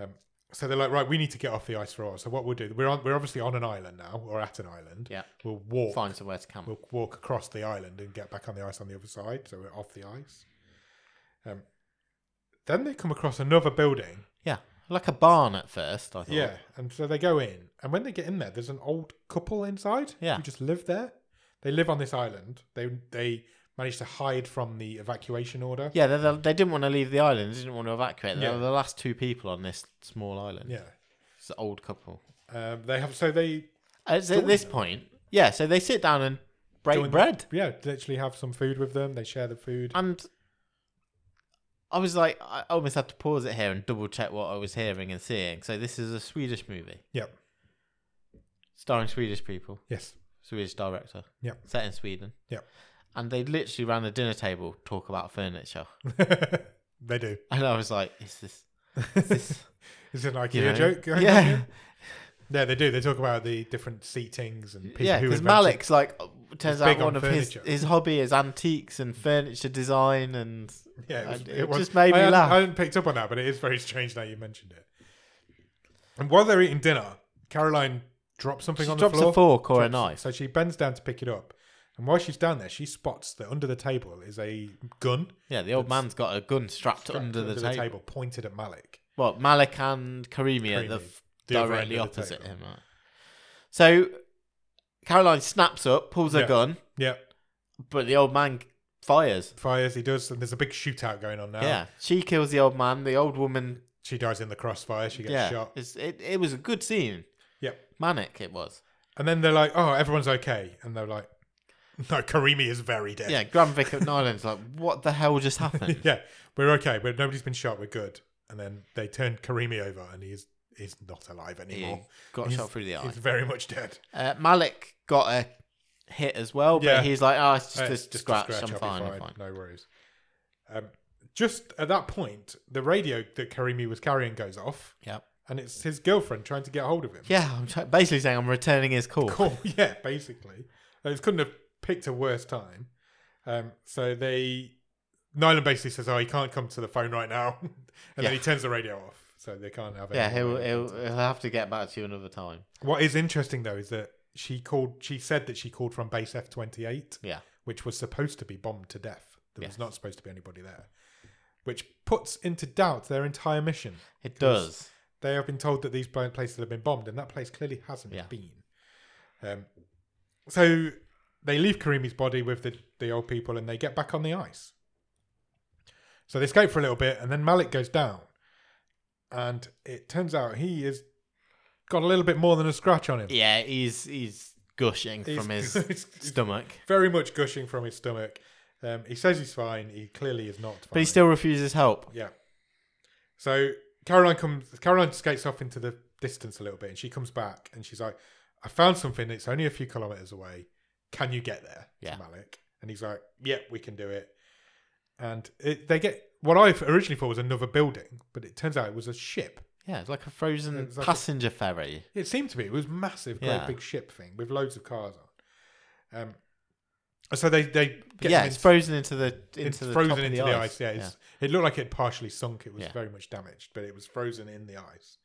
Speaker 1: Um, so they're like, right, we need to get off the ice for hours. So what we'll do, we're on, we're obviously on an island now, or at an island.
Speaker 2: Yeah.
Speaker 1: We'll walk.
Speaker 2: Find somewhere to camp.
Speaker 1: We'll walk across the island and get back on the ice on the other side. So we're off the ice. Um, then they come across another building.
Speaker 2: Yeah. Like a barn at first, I thought.
Speaker 1: Yeah, and so they go in, and when they get in there, there's an old couple inside.
Speaker 2: Yeah.
Speaker 1: who just live there. They live on this island. They they managed to hide from the evacuation order.
Speaker 2: Yeah, they, they, they didn't want to leave the island. They didn't want to evacuate. They
Speaker 1: Yeah.
Speaker 2: were the last two people on this small island.
Speaker 1: Yeah.
Speaker 2: It's an old couple.
Speaker 1: Um, they have so they
Speaker 2: At at this point, yeah, so they sit down and break
Speaker 1: Join the-
Speaker 2: bread.
Speaker 1: yeah literally have some food with them. They share the food.
Speaker 2: And I was like, I almost had to pause it here and double check what I was hearing and seeing. So this is a Swedish movie.
Speaker 1: Yep.
Speaker 2: Starring Swedish people,
Speaker 1: Yes.
Speaker 2: Swedish director.
Speaker 1: Yep.
Speaker 2: Set in Sweden.
Speaker 1: Yep.
Speaker 2: And they literally ran a dinner table talk about furniture,
Speaker 1: they do.
Speaker 2: and I was like, "Is this? Is
Speaker 1: Is
Speaker 2: this
Speaker 1: it an IKEA
Speaker 2: you know?
Speaker 1: joke? going on
Speaker 2: Yeah,
Speaker 1: here? Yeah, they do. They talk about the different seatings and people
Speaker 2: yeah.
Speaker 1: who
Speaker 2: Because
Speaker 1: invented.
Speaker 2: Malik's like uh, turns
Speaker 1: He's
Speaker 2: out
Speaker 1: big on
Speaker 2: one of his
Speaker 1: furniture.
Speaker 2: his hobby is antiques and furniture design, and
Speaker 1: Yeah, it, was,
Speaker 2: And
Speaker 1: it
Speaker 2: it
Speaker 1: was-
Speaker 2: just made
Speaker 1: I
Speaker 2: me
Speaker 1: hadn't-
Speaker 2: laugh.
Speaker 1: I hadn't picked up on that, but it is very strange now you mentioned it. And while they're eating dinner, Caroline drops something
Speaker 2: she
Speaker 1: on the
Speaker 2: drops
Speaker 1: floor.
Speaker 2: a fork or a
Speaker 1: Drops-
Speaker 2: knife.
Speaker 1: So she bends down to pick it up. And while she's down there, she spots that under the table is a gun
Speaker 2: Yeah, the old man's got a gun strapped,
Speaker 1: strapped
Speaker 2: under, the, table.
Speaker 1: pointed at Malik.
Speaker 2: Well, Malik and Karimi are the
Speaker 1: Karimi,
Speaker 2: f-
Speaker 1: the other end of
Speaker 2: directly
Speaker 1: the
Speaker 2: opposite
Speaker 1: table.
Speaker 2: him. Right? So Caroline snaps up, pulls her
Speaker 1: Yeah.
Speaker 2: gun,
Speaker 1: Yeah,
Speaker 2: but the old man fires.
Speaker 1: fires, he does. And there's a big shootout going on now.
Speaker 2: Yeah, she kills the old man. The old woman.
Speaker 1: She dies in the crossfire. She gets
Speaker 2: yeah,
Speaker 1: shot.
Speaker 2: It's, it it was a good scene.
Speaker 1: Yep.
Speaker 2: Manic it was.
Speaker 1: And then they're like, oh, everyone's okay. And they're like, no, Karimi is very dead.
Speaker 2: Yeah, Grand Vic of Nyland's like, what the hell just happened?
Speaker 1: yeah, we're okay. But nobody's been shot. We're good. And then they turn Karimi over, and he's he's not alive
Speaker 2: He
Speaker 1: anymore.
Speaker 2: got
Speaker 1: He's-
Speaker 2: shot through the eye.
Speaker 1: He's very much dead.
Speaker 2: Uh, Malik got a hit as well, but
Speaker 1: Yeah.
Speaker 2: he's like, oh, it's just,
Speaker 1: Uh,
Speaker 2: a,
Speaker 1: it's just a
Speaker 2: scratch.
Speaker 1: scratch,
Speaker 2: I'm
Speaker 1: I'll be
Speaker 2: fine. I'm fine.
Speaker 1: No worries. Um, just at that point, the radio that Karimi was carrying goes off,
Speaker 2: Yep.
Speaker 1: and it's his girlfriend trying to get hold of him.
Speaker 2: Yeah, I'm try- basically saying I'm returning his call.
Speaker 1: Cool. Yeah, basically. They couldn't have picked a worse time. Um, so they. Nylan basically says, Oh, he can't come to the phone right now. and then
Speaker 2: Yeah.
Speaker 1: he turns the radio off. So they can't have any
Speaker 2: Yeah,
Speaker 1: more
Speaker 2: he'll,
Speaker 1: radio
Speaker 2: he'll,
Speaker 1: contact.
Speaker 2: he'll have to get back to you another time.
Speaker 1: What is interesting, though, is that she called. She said that she called from base F 28,
Speaker 2: Yeah.
Speaker 1: which was supposed to be bombed to death. There was
Speaker 2: Yes.
Speaker 1: not supposed to be anybody there, which puts into doubt their entire mission.
Speaker 2: It
Speaker 1: Because-
Speaker 2: does.
Speaker 1: They have been told that these bl- places have been bombed, and that place clearly hasn't
Speaker 2: Yeah.
Speaker 1: been. Um, so they leave Karimi's body with the, the old people and they get back on the ice. So they escape for a little bit, and then Malik goes down. And it turns out he is got a little bit more than a scratch on him.
Speaker 2: Yeah, he's he's gushing
Speaker 1: He's-
Speaker 2: from his
Speaker 1: he's- he's
Speaker 2: stomach.
Speaker 1: very much gushing from his stomach. Um, he says he's fine. He clearly is not. Fine.
Speaker 2: But he still refuses help.
Speaker 1: yeah. So Caroline comes. Caroline skates off into the distance a little bit, and she comes back, and she's like, "I found something. It's only a few kilometers away. Can you get there?" to
Speaker 2: Yeah.
Speaker 1: Malik, and he's like, "Yep, we can do it." And it, they get what I originally thought was another building, but it turns out it was a ship.
Speaker 2: Yeah, it's like a frozen
Speaker 1: It's like a-
Speaker 2: passenger ferry.
Speaker 1: It seemed to be. It was massive, great
Speaker 2: Yeah.
Speaker 1: big ship thing with loads of cars on. Um, so they they get
Speaker 2: yeah,
Speaker 1: them
Speaker 2: it's
Speaker 1: in-
Speaker 2: frozen into the into
Speaker 1: it's
Speaker 2: the top
Speaker 1: frozen
Speaker 2: of
Speaker 1: into
Speaker 2: the, ice.
Speaker 1: Yeah, it's, it looked like it partially sunk. It was
Speaker 2: Yeah.
Speaker 1: very much damaged, but it was frozen in the ice.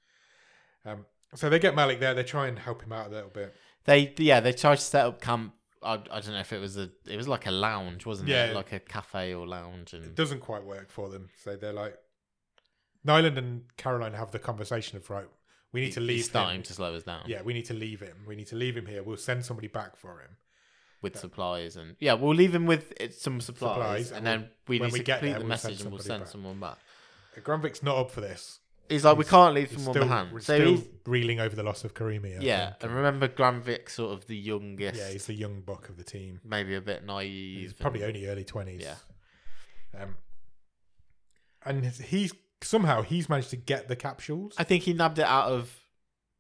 Speaker 1: Um, so they get Malik there. They try and help him out a little bit.
Speaker 2: They yeah they tried to set up camp. I, I don't know if it was a it was like a lounge wasn't
Speaker 1: Yeah.
Speaker 2: it like a cafe or lounge
Speaker 1: It
Speaker 2: and
Speaker 1: doesn't quite work for them. So they're like, Nyland and Caroline have the conversation of right, we need to
Speaker 2: he-
Speaker 1: leave.
Speaker 2: he's starting
Speaker 1: him.
Speaker 2: to slow us down
Speaker 1: Yeah, we need to leave him. We need to leave him here. We'll send somebody back for him.
Speaker 2: with supplies and yeah we'll leave him with uh, some
Speaker 1: Supplies,
Speaker 2: supplies, and
Speaker 1: and
Speaker 2: then we
Speaker 1: when
Speaker 2: need
Speaker 1: we
Speaker 2: to
Speaker 1: get
Speaker 2: complete
Speaker 1: there,
Speaker 2: the
Speaker 1: we'll send
Speaker 2: message and we'll
Speaker 1: somebody
Speaker 2: send
Speaker 1: back.
Speaker 2: someone back.
Speaker 1: Uh, Granvik's not up for this.
Speaker 2: He's like we
Speaker 1: He's-
Speaker 2: can't leave
Speaker 1: He's
Speaker 2: someone
Speaker 1: still,
Speaker 2: behind.
Speaker 1: we're
Speaker 2: So
Speaker 1: still
Speaker 2: he's
Speaker 1: reeling over the loss of Karimi. I
Speaker 2: yeah
Speaker 1: think.
Speaker 2: and remember Granvik sort of the youngest
Speaker 1: yeah, he's the young buck of the team.
Speaker 2: maybe a bit naive
Speaker 1: He's
Speaker 2: and-
Speaker 1: probably only early twenties.
Speaker 2: Yeah.
Speaker 1: Um, and he's somehow he's managed to get the capsules.
Speaker 2: I think he nabbed it out of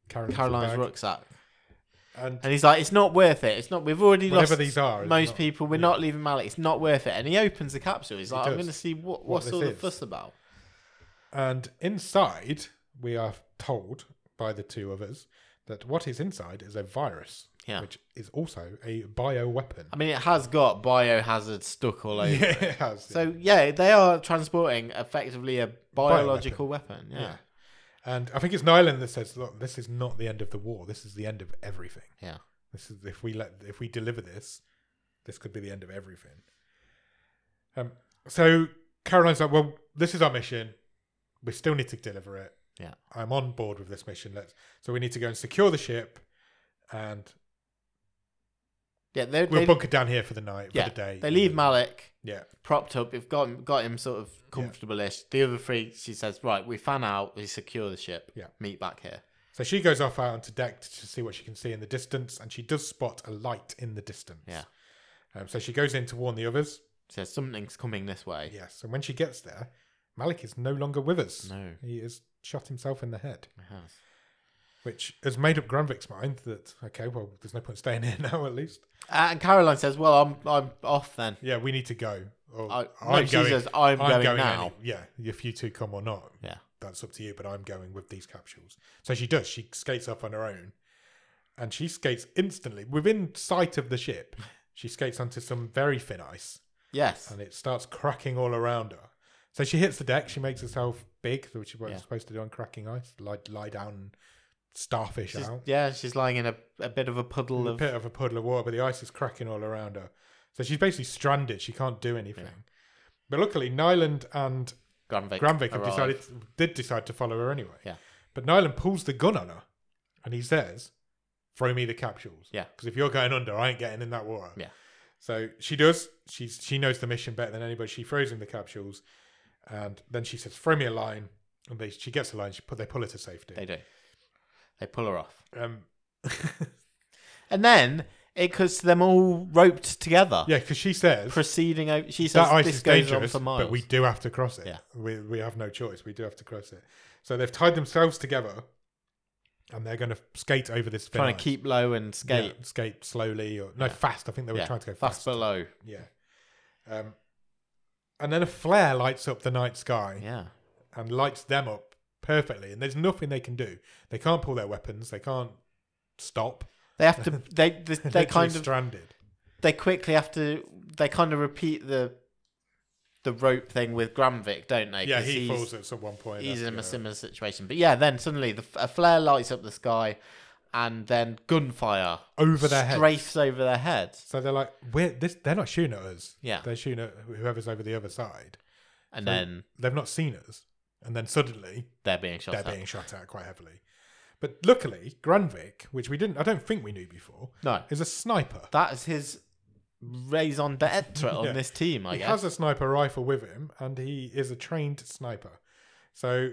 Speaker 1: Caroline's
Speaker 2: Caroline's
Speaker 1: bag.
Speaker 2: rucksack.
Speaker 1: And
Speaker 2: And he's like, it's not worth it. It's not. We've already
Speaker 1: whatever
Speaker 2: lost
Speaker 1: these are, it's
Speaker 2: most
Speaker 1: not-
Speaker 2: people. We're
Speaker 1: yeah.
Speaker 2: not leaving Malik. It's not worth it. And he opens the capsule. He's
Speaker 1: He
Speaker 2: like, I'm
Speaker 1: does.
Speaker 2: going to see what,
Speaker 1: What
Speaker 2: what's
Speaker 1: this
Speaker 2: all the
Speaker 1: is.
Speaker 2: fuss about.
Speaker 1: And inside, we are told by the two of us that what is inside is a virus,
Speaker 2: Yeah.
Speaker 1: which is also a bioweapon.
Speaker 2: I mean, it has got biohazard stuck all over.
Speaker 1: yeah,
Speaker 2: it.
Speaker 1: it has.
Speaker 2: So yeah, they are transporting effectively a biological weapon. Yeah.
Speaker 1: Yeah. and I think it's Nyland that says, "Look, this is not the end of the war. This is the end of everything."
Speaker 2: yeah,
Speaker 1: This is if we let if we deliver this, this could be the end of everything. Um, so Caroline's like, well, this is our mission. We still need to deliver it.
Speaker 2: Yeah.
Speaker 1: I'm on board with this mission. Let's. So we need to go and secure the ship, and
Speaker 2: yeah. They,
Speaker 1: we'll
Speaker 2: they,
Speaker 1: bunker down here for the night,
Speaker 2: yeah,
Speaker 1: for the day.
Speaker 2: they leave Malik
Speaker 1: Yeah,
Speaker 2: propped up. They've got got him sort of comfortable-ish. The other three, she says, right, we fan out. We secure the ship.
Speaker 1: Yeah.
Speaker 2: meet back here.
Speaker 1: so she goes off out onto deck to see what she can see in the distance, and she does spot a light in the distance.
Speaker 2: Yeah.
Speaker 1: Um, so she goes in to warn the others.
Speaker 2: Says something's coming this way.
Speaker 1: Yes, and when she gets there, Malik is no longer with us.
Speaker 2: No.
Speaker 1: He has shot himself in the head,
Speaker 2: It has.
Speaker 1: which has made up Granvik's mind that, okay, well, there's no point staying here now, at least.
Speaker 2: Uh, and Caroline says, "Well, I'm I'm off then."
Speaker 1: Yeah, we need to go. Or,
Speaker 2: I, no, she says, "I'm, going, now."
Speaker 1: any- yeah, if you two come or not,
Speaker 2: Yeah.
Speaker 1: that's up to you. But I'm going with these capsules. So she does. She skates off on her own, and she skates instantly within sight of the ship. She skates onto some very thin ice,
Speaker 2: Yes.
Speaker 1: and it starts cracking all around her. So she hits the deck. She makes herself big, which is what
Speaker 2: Yeah.
Speaker 1: you're supposed to do on cracking ice: lie, lie down, and starfish
Speaker 2: She's-
Speaker 1: out.
Speaker 2: yeah, she's lying in a, a bit of a puddle
Speaker 1: A
Speaker 2: of
Speaker 1: bit of a puddle of water, but the ice is cracking all around her. So she's basically stranded. She can't do anything. But luckily, Nyland and
Speaker 2: Granvik.
Speaker 1: Granvik have
Speaker 2: arrive.
Speaker 1: decided did decide to follow her anyway.
Speaker 2: Yeah.
Speaker 1: But Nyland pulls the gun on her, and he says, "Throw me the capsules."
Speaker 2: Yeah.
Speaker 1: Because if you're going under, I ain't getting in that water.
Speaker 2: Yeah.
Speaker 1: So she does. She's she knows the mission better than anybody. She throws him the capsules, and then she says, "Throw me a line." And they she gets a line. She put they pull her to safety.
Speaker 2: They do. They pull her off,
Speaker 1: um.
Speaker 2: and then it cuts to them all roped together,
Speaker 1: Yeah, because she says
Speaker 2: proceeding. Over, she says,
Speaker 1: that ice
Speaker 2: "This
Speaker 1: is
Speaker 2: goes
Speaker 1: dangerous,
Speaker 2: on for miles."
Speaker 1: but we do have to cross it.
Speaker 2: Yeah.
Speaker 1: We we have no choice. We do have to cross it. So they've tied themselves together, and they're going to skate over this. thin
Speaker 2: trying
Speaker 1: ice.
Speaker 2: to keep low and skate
Speaker 1: Yeah, skate slowly or no fast. I think they were
Speaker 2: Yeah,
Speaker 1: trying to go
Speaker 2: fast
Speaker 1: fast.
Speaker 2: below.
Speaker 1: Yeah. Um, and then a flare lights up the night sky
Speaker 2: Yeah,
Speaker 1: and lights them up perfectly. And there's nothing they can do. They can't pull their weapons. They can't stop.
Speaker 2: they have to. They they, they
Speaker 1: They're
Speaker 2: kind of
Speaker 1: stranded.
Speaker 2: they quickly have to. They kind of repeat the the rope thing with Granvik, don't they?
Speaker 1: Yeah,
Speaker 2: 'Cause
Speaker 1: he
Speaker 2: he's-
Speaker 1: falls at some one point. that's
Speaker 2: he's in a
Speaker 1: gonna-
Speaker 2: similar situation. But yeah, then suddenly the, a flare lights up the sky, and then gunfire
Speaker 1: over their head.
Speaker 2: strafes over their heads,
Speaker 1: So they're like, we're this. They're not shooting at us.
Speaker 2: Yeah.
Speaker 1: they're shooting at whoever's over the other side.
Speaker 2: and
Speaker 1: So-
Speaker 2: then
Speaker 1: They've not seen us, and then suddenly
Speaker 2: they're being shot
Speaker 1: they're
Speaker 2: at.
Speaker 1: being shot at quite heavily. But luckily, Granvik, which we didn't, I don't think we knew before,
Speaker 2: No,
Speaker 1: is a sniper.
Speaker 2: that is his raison d'être on
Speaker 1: Yeah.
Speaker 2: this team. I
Speaker 1: he
Speaker 2: guess
Speaker 1: has a sniper rifle with him, and he is a trained sniper. So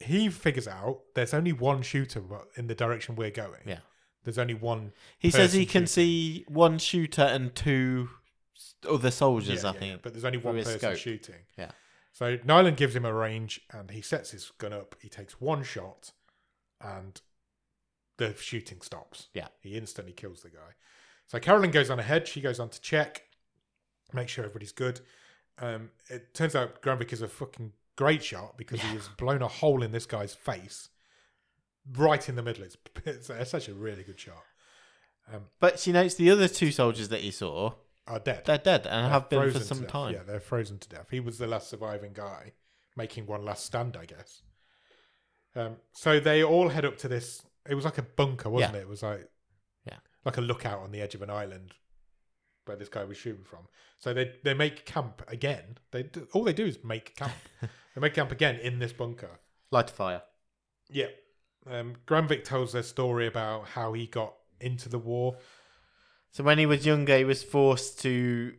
Speaker 1: he figures out there's only one shooter ro- in the direction we're going.
Speaker 2: Yeah.
Speaker 1: there's only one.
Speaker 2: he says he
Speaker 1: person
Speaker 2: can
Speaker 1: shooting.
Speaker 2: see one shooter and two s- other soldiers.
Speaker 1: Yeah,
Speaker 2: I
Speaker 1: yeah,
Speaker 2: think.
Speaker 1: yeah, but there's only
Speaker 2: through
Speaker 1: one
Speaker 2: his
Speaker 1: person
Speaker 2: scope.
Speaker 1: shooting.
Speaker 2: Yeah.
Speaker 1: So Nyland gives him a range, and he sets his gun up. He takes one shot, and the shooting stops.
Speaker 2: Yeah.
Speaker 1: He instantly kills the guy. So Carolyn goes on ahead. She goes on to check, make sure everybody's good. Um, it turns out Granvik is a fucking great shot because he has blown a hole in this guy's face right in the middle. It's, it's, it's such a really good shot.
Speaker 2: But she notes the other two soldiers that he saw,
Speaker 1: Are Uh, dead.
Speaker 2: they're dead and have been for
Speaker 1: frozen to
Speaker 2: some
Speaker 1: death.
Speaker 2: time.
Speaker 1: Yeah, they're frozen to death. He was the last surviving guy, making one last stand, I guess. Um, so they all head up to this. It was like a bunker, wasn't
Speaker 2: Yeah.
Speaker 1: it? It was like,
Speaker 2: Yeah.
Speaker 1: like a lookout on the edge of an island where this guy was shooting from. So they they make camp again. They do, all they do is make camp. they make camp again in this bunker.
Speaker 2: Light a fire.
Speaker 1: Yeah. Um, Granvik tells their story about how he got into the war.
Speaker 2: So when he was younger, he was forced to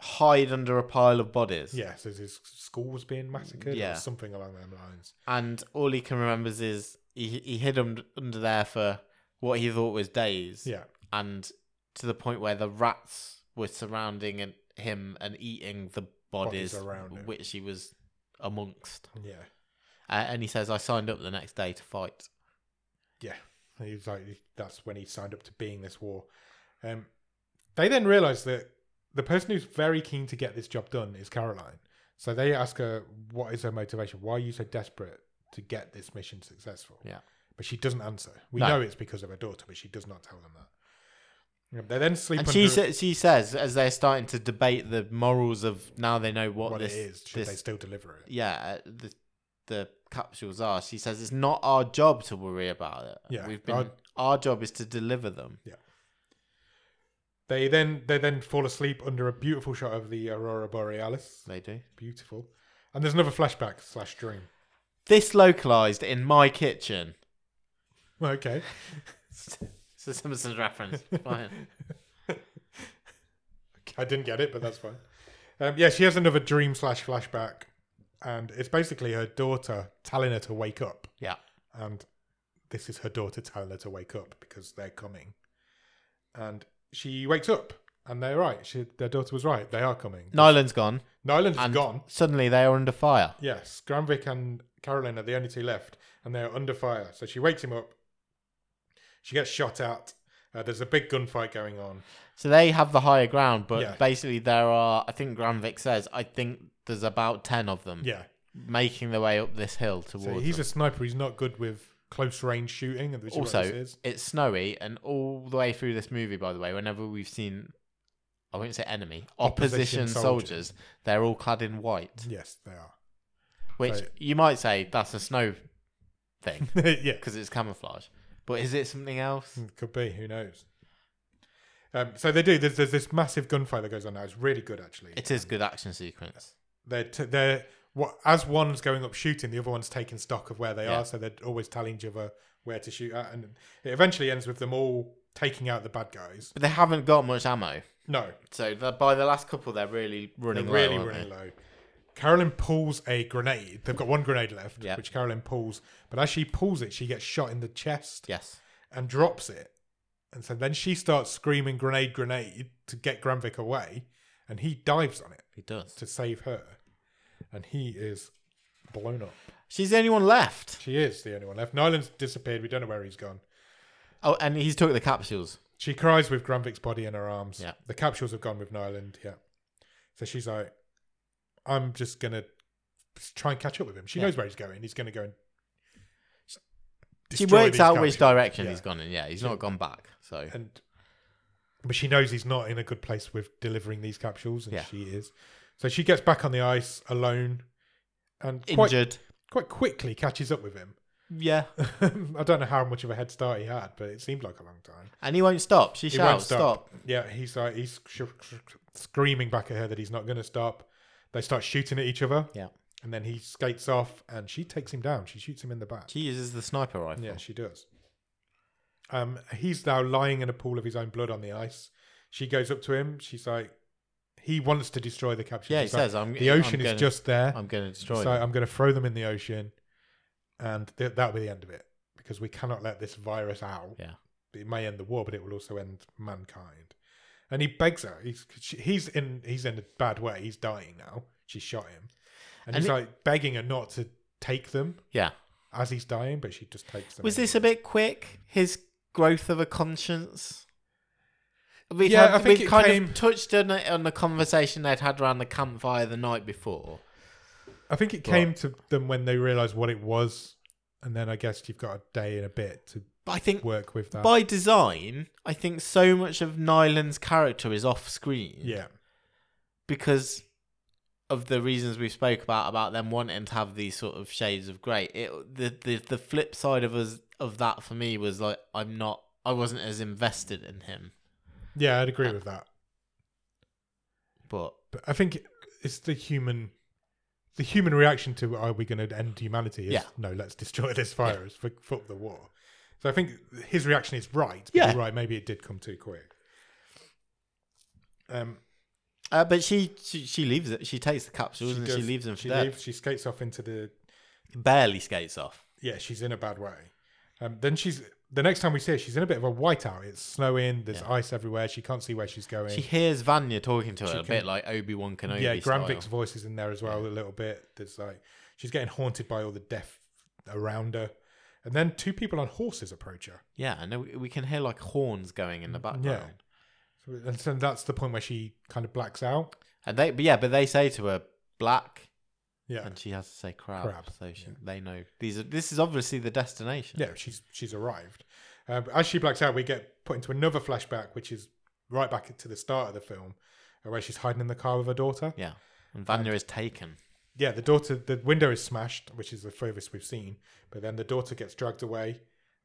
Speaker 2: hide under a pile of bodies.
Speaker 1: Yeah, so his school was being massacred
Speaker 2: Yeah.
Speaker 1: or something along those lines.
Speaker 2: And all he can remember is he, he hid un- under there for what he thought was days.
Speaker 1: Yeah.
Speaker 2: And to the point where the rats were surrounding and- him and eating the bodies,
Speaker 1: Bodies around him.
Speaker 2: which he was amongst.
Speaker 1: Yeah.
Speaker 2: Uh, and he says, I signed up the next day to fight.
Speaker 1: Yeah, he was like that's when he signed up to being this war. Um, they then realise that the person who's very keen to get this job done is Caroline. So they ask her, "What is her motivation? Why are you so desperate to get this mission successful?"
Speaker 2: Yeah.
Speaker 1: but she doesn't answer. We
Speaker 2: No.
Speaker 1: know it's because of her daughter, but she does not tell them that. Yeah, They then sleep.
Speaker 2: And
Speaker 1: under
Speaker 2: she, sa- she says, as they're starting to debate the morals of now they know what,
Speaker 1: what
Speaker 2: this
Speaker 1: it is. Should
Speaker 2: this
Speaker 1: they still deliver it?
Speaker 2: yeah, uh, the the capsules are. She says it's not our job to worry about it.
Speaker 1: Yeah,
Speaker 2: we've been. Our,
Speaker 1: our-
Speaker 2: job is to deliver them.
Speaker 1: They then they then fall asleep under a beautiful shot of the aurora borealis.
Speaker 2: They do.
Speaker 1: Beautiful. And there's another flashback slash dream.
Speaker 2: This localized in my kitchen.
Speaker 1: Okay.
Speaker 2: It's a Simpsons reference. Fine.
Speaker 1: I didn't get it, but that's fine. Um, yeah, she has another dream slash flashback, and it's basically her daughter telling her to wake up,
Speaker 2: yeah,
Speaker 1: and this is her daughter telling her to wake up because they're coming, and she wakes up And they're right. She, their daughter was right. They are coming.
Speaker 2: Nyland's gone,
Speaker 1: Nyland's
Speaker 2: and
Speaker 1: gone.
Speaker 2: suddenly they are under fire.
Speaker 1: Yes, Granvik and Caroline are the only two left, and they're under fire. So she wakes him up. She gets shot at. Uh, there's a big gunfight going on.
Speaker 2: So they have the higher ground, but
Speaker 1: Yeah.
Speaker 2: basically there are. I think Granvik says. I think there's about ten of them
Speaker 1: Yeah,
Speaker 2: making their way up this hill towards.
Speaker 1: so he's
Speaker 2: them.
Speaker 1: a sniper. He's not good with close range shooting, which is
Speaker 2: also
Speaker 1: what this is.
Speaker 2: it's snowy, and all the way through this movie, by the way, whenever we've seen, I won't say enemy, opposition,
Speaker 1: Opposition
Speaker 2: soldiers,
Speaker 1: soldiers. Mm.
Speaker 2: they're all clad in white,
Speaker 1: Yes, they are.
Speaker 2: which
Speaker 1: Right.
Speaker 2: you might say that's a snow thing
Speaker 1: yeah,
Speaker 2: because it's camouflage. But is it something else?
Speaker 1: could be. Who knows? Um, so they do. There's, there's this massive gunfight that goes on now. It's really good, actually.
Speaker 2: It is good action sequence.
Speaker 1: they're t- they're what as one's going up shooting, the other one's taking stock of where they
Speaker 2: Yeah.
Speaker 1: are, so they're always telling each other where to shoot at, and it eventually ends with them all taking out the bad guys.
Speaker 2: But they haven't got much ammo,
Speaker 1: No,
Speaker 2: so the, by the last couple, they're really running
Speaker 1: they're really
Speaker 2: low. aren't
Speaker 1: running
Speaker 2: they?
Speaker 1: low. Carolyn pulls a grenade. They've got one grenade left,
Speaker 2: Yeah.
Speaker 1: which Carolyn pulls. But as she pulls it, she gets shot in the chest
Speaker 2: Yes.
Speaker 1: and drops it. And so then she starts screaming "grenade, grenade" to get Granvik away, and he dives on it
Speaker 2: He does.
Speaker 1: to save her, and he is blown up.
Speaker 2: She's the only one left.
Speaker 1: She is the only one left. Nyland's disappeared. We don't know where he's gone.
Speaker 2: Oh, and he's took the capsules.
Speaker 1: She cries with Granvik's body in her arms.
Speaker 2: Yeah.
Speaker 1: The capsules have gone with Nyland. Yeah. So she's like, I'm just going to try and catch up with him. She
Speaker 2: Yeah.
Speaker 1: knows where he's going. He's going to go and.
Speaker 2: She
Speaker 1: destroy
Speaker 2: works
Speaker 1: these
Speaker 2: out which
Speaker 1: capsules.
Speaker 2: direction
Speaker 1: Yeah.
Speaker 2: he's gone in. Yeah, he's not gone back. So
Speaker 1: And, but she knows he's not in a good place with delivering these capsules, and
Speaker 2: Yeah.
Speaker 1: she is. So she gets back on the ice alone and quite,
Speaker 2: injured.
Speaker 1: quite quickly catches up with him.
Speaker 2: Yeah.
Speaker 1: I don't know how much of a head start he had, but it seemed like a long time.
Speaker 2: And he won't stop. She
Speaker 1: He won't
Speaker 2: shouts, stop.
Speaker 1: Yeah, he's like he's sh- sh- screaming back at her that he's not going to stop. They start shooting at each other.
Speaker 2: Yeah.
Speaker 1: and then he skates off, and she takes him down. She shoots him in the back.
Speaker 2: She uses the sniper rifle.
Speaker 1: yeah, she does. Um, he's now lying in a pool of his own blood on the ice. She goes up to him. She's like, he wants to destroy the capsule.
Speaker 2: Yeah, he
Speaker 1: She's like,
Speaker 2: says, I'm
Speaker 1: the ocean
Speaker 2: I'm
Speaker 1: is
Speaker 2: gonna-
Speaker 1: just there.
Speaker 2: I'm going to destroy
Speaker 1: so
Speaker 2: them.
Speaker 1: I'm going to throw them in the ocean, and th- that'll be the end of it because we cannot let this virus out.
Speaker 2: Yeah.
Speaker 1: it may end the war, but it will also end mankind. And he begs her. He's 'cause she- he's in he's in a bad way. He's dying now. She shot him, and,
Speaker 2: And
Speaker 1: he's
Speaker 2: it-
Speaker 1: like begging her not to take them
Speaker 2: Yeah.
Speaker 1: as he's dying, but she just takes them.
Speaker 2: Was
Speaker 1: anyway.
Speaker 2: this a bit quick? His growth of a conscience? We
Speaker 1: Yeah,
Speaker 2: had,
Speaker 1: I think
Speaker 2: we
Speaker 1: it
Speaker 2: kind
Speaker 1: came-
Speaker 2: of touched on, it- on the conversation they'd had around the campfire the night before.
Speaker 1: I think it came to them when they realized what it was, and then I guess you've got a day and a bit to
Speaker 2: But I think
Speaker 1: work with that.
Speaker 2: by design, I think so much of Nyland's character is off screen.
Speaker 1: yeah,
Speaker 2: because of the reasons we spoke about about them wanting to have these sort of shades of grey. It the, the the flip side of us of that for me was like I'm not I wasn't as invested in him,
Speaker 1: yeah, I'd agree with that.
Speaker 2: but
Speaker 1: But I think it's the human, the human reaction to are we going to end humanity? Is,
Speaker 2: Yeah.
Speaker 1: No, let's destroy this virus. Fuck Fuck the war. So I think his reaction is right. but
Speaker 2: Yeah.
Speaker 1: you're right. Maybe it did come too quick. Um,
Speaker 2: uh, but she, she she leaves it. She takes the capsules and she
Speaker 1: does-
Speaker 2: leaves him for
Speaker 1: She
Speaker 2: dead.
Speaker 1: leaves. She skates off into the.
Speaker 2: Barely skates off.
Speaker 1: Yeah, she's in a bad way. Um, then she's the next time we see her, she's in a bit of a whiteout. It's snowing. There's ice everywhere. She can't see where she's going.
Speaker 2: She hears Vanya talking to her a
Speaker 1: can-
Speaker 2: bit like Obi Wan Kenobi.
Speaker 1: yeah,
Speaker 2: style.
Speaker 1: Granvik's voice is in there as well a little bit. There's like she's getting haunted by all the death around her, and then two people on horses approach her,
Speaker 2: Yeah, and we, we can hear like horns going in the background.
Speaker 1: So- and so that's the point where she kind of blacks out.
Speaker 2: And they but yeah, but they say to her black
Speaker 1: Yeah,
Speaker 2: and she has to say crab.
Speaker 1: Crab,
Speaker 2: So she,
Speaker 1: yeah.
Speaker 2: they know these are. This is obviously the destination.
Speaker 1: yeah, she's she's arrived. Uh, but as she blacks out, we get put into another flashback, which is right back to the start of the film, uh, where she's hiding in the car with her daughter.
Speaker 2: Yeah. And Vanya is taken.
Speaker 1: yeah, the daughter, the window is smashed, which is the furthest we've seen. But then the daughter gets dragged away,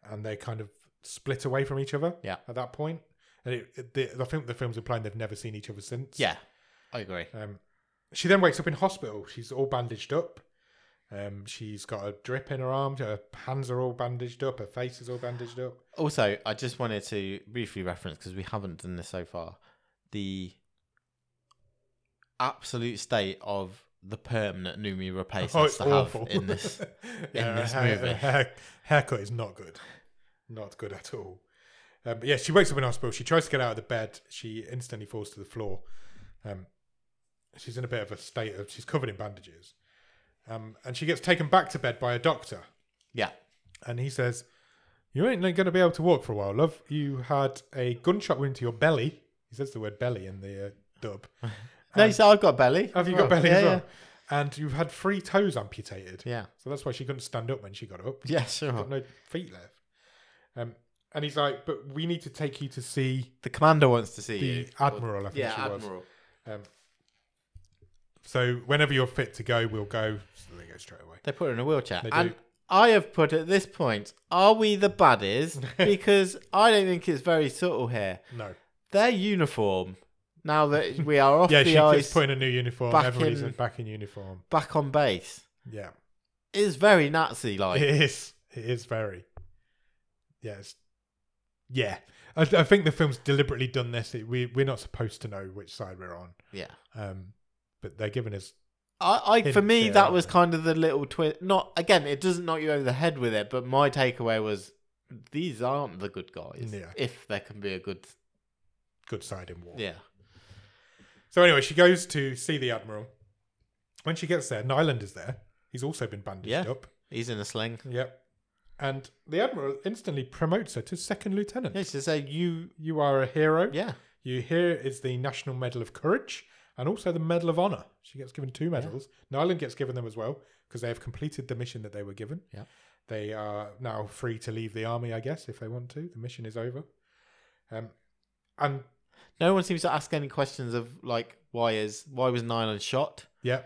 Speaker 1: and they kind of split away from each other.
Speaker 2: Yeah.
Speaker 1: At that point, and it, it, the, I think the film's implying they've never seen each other since.
Speaker 2: Yeah, I agree.
Speaker 1: Um, she then wakes up in hospital. She's all bandaged up. Um, she's got a drip in her arm. Her hands are all bandaged up. Her face is all bandaged up.
Speaker 2: Also, I just wanted to briefly reference because we haven't done this so far. The absolute state of the permanent Numi Rapace
Speaker 1: Oh,
Speaker 2: has to have in this.
Speaker 1: yeah,
Speaker 2: in
Speaker 1: her
Speaker 2: this
Speaker 1: hair-
Speaker 2: movie.
Speaker 1: her hair- haircut is not good. Not good at all. Uh, but yeah, she wakes up in hospital. She tries to get out of the bed. She instantly falls to the floor. Um, she's in a bit of a state of she's covered in bandages, um, and she gets taken back to bed by a doctor. Um,
Speaker 2: Yeah.
Speaker 1: and he says, "You ain't going to be able to walk for a while, love. You had a gunshot wound to your belly." He says the word "belly" in the uh, dub.
Speaker 2: No, you said I've got belly.
Speaker 1: Have you
Speaker 2: Oh,
Speaker 1: got belly
Speaker 2: yeah,
Speaker 1: as well? And you've had three toes amputated.
Speaker 2: Yeah.
Speaker 1: So that's why she couldn't stand up when she got up.
Speaker 2: Yeah, yeah sure.
Speaker 1: Got no feet left. Um, and he's like, "But we need to take you to see
Speaker 2: The commander wants to see
Speaker 1: the
Speaker 2: you.
Speaker 1: admiral." I think
Speaker 2: Yeah,
Speaker 1: she was.
Speaker 2: admiral.
Speaker 1: Um, so whenever you're fit to go, we'll go. So they go straight away.
Speaker 2: They put her in a wheelchair.
Speaker 1: They
Speaker 2: and
Speaker 1: do.
Speaker 2: I have put at this point, are we the baddies? because I don't think it's very subtle here.
Speaker 1: No.
Speaker 2: Their uniform, now that we are off
Speaker 1: Yeah, she
Speaker 2: the ice,
Speaker 1: keeps putting a new uniform.
Speaker 2: back
Speaker 1: Everybody's
Speaker 2: in-
Speaker 1: in, back in uniform.
Speaker 2: back on base,
Speaker 1: Yeah.
Speaker 2: is very Nazi like.
Speaker 1: It is. It is very. Yes. Yeah. I, I think the film's deliberately done this. It, we we're not supposed to know which side we're on.
Speaker 2: yeah.
Speaker 1: Um, but they're giving us.
Speaker 2: I, I for
Speaker 1: Hidden
Speaker 2: me
Speaker 1: fear,
Speaker 2: that
Speaker 1: aren't
Speaker 2: was
Speaker 1: they?
Speaker 2: kind of the little twist. Not again, it doesn't knock you over the head with it, but my takeaway was these aren't the good guys.
Speaker 1: Yeah.
Speaker 2: If there can be a good,
Speaker 1: Good side in war.
Speaker 2: yeah,
Speaker 1: So anyway, she goes to see the admiral. When she gets there, Nyland is there. He's also been bandaged
Speaker 2: Yeah.
Speaker 1: up.
Speaker 2: he's in a sling.
Speaker 1: Yep. And the admiral instantly promotes her to second lieutenant.
Speaker 2: Yeah, to say you,
Speaker 1: You are a hero.
Speaker 2: yeah,
Speaker 1: You here is the National Medal of Courage and also the Medal of Honor. She gets given two medals. Nyland gets given them as well because they have completed the mission that they were given.
Speaker 2: Yeah.
Speaker 1: They are now free to leave the army, I guess, if they want to. The mission is over. Um, and
Speaker 2: no one seems to ask any questions of like why is why was Nylon shot?
Speaker 1: yeah,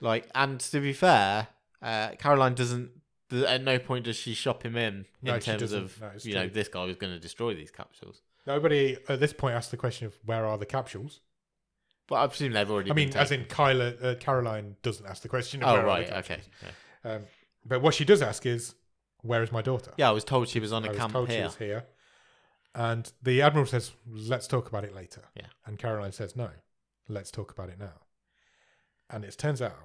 Speaker 2: Like, and to be fair, uh, Caroline doesn't. th- At no point does she shop him in
Speaker 1: No,
Speaker 2: in
Speaker 1: she
Speaker 2: terms
Speaker 1: doesn't.
Speaker 2: of
Speaker 1: No, it's
Speaker 2: you know
Speaker 1: true.
Speaker 2: this guy was going to destroy these capsules.
Speaker 1: nobody at this point asks the question of where are the capsules.
Speaker 2: But I presume they've already.
Speaker 1: I mean,
Speaker 2: been
Speaker 1: as
Speaker 2: taken.
Speaker 1: in Kyla, uh, Caroline doesn't ask the question of
Speaker 2: oh
Speaker 1: where
Speaker 2: right,
Speaker 1: are the
Speaker 2: okay.
Speaker 1: capsules.
Speaker 2: Yeah.
Speaker 1: Okay. Um, but what she does ask is, where is my daughter?
Speaker 2: Yeah, I was told she was on a
Speaker 1: I was
Speaker 2: camp
Speaker 1: told she
Speaker 2: here.
Speaker 1: was here. And the Admiral says, let's talk about it later.
Speaker 2: Yeah.
Speaker 1: And Caroline says, no, let's talk about it now. And it turns out,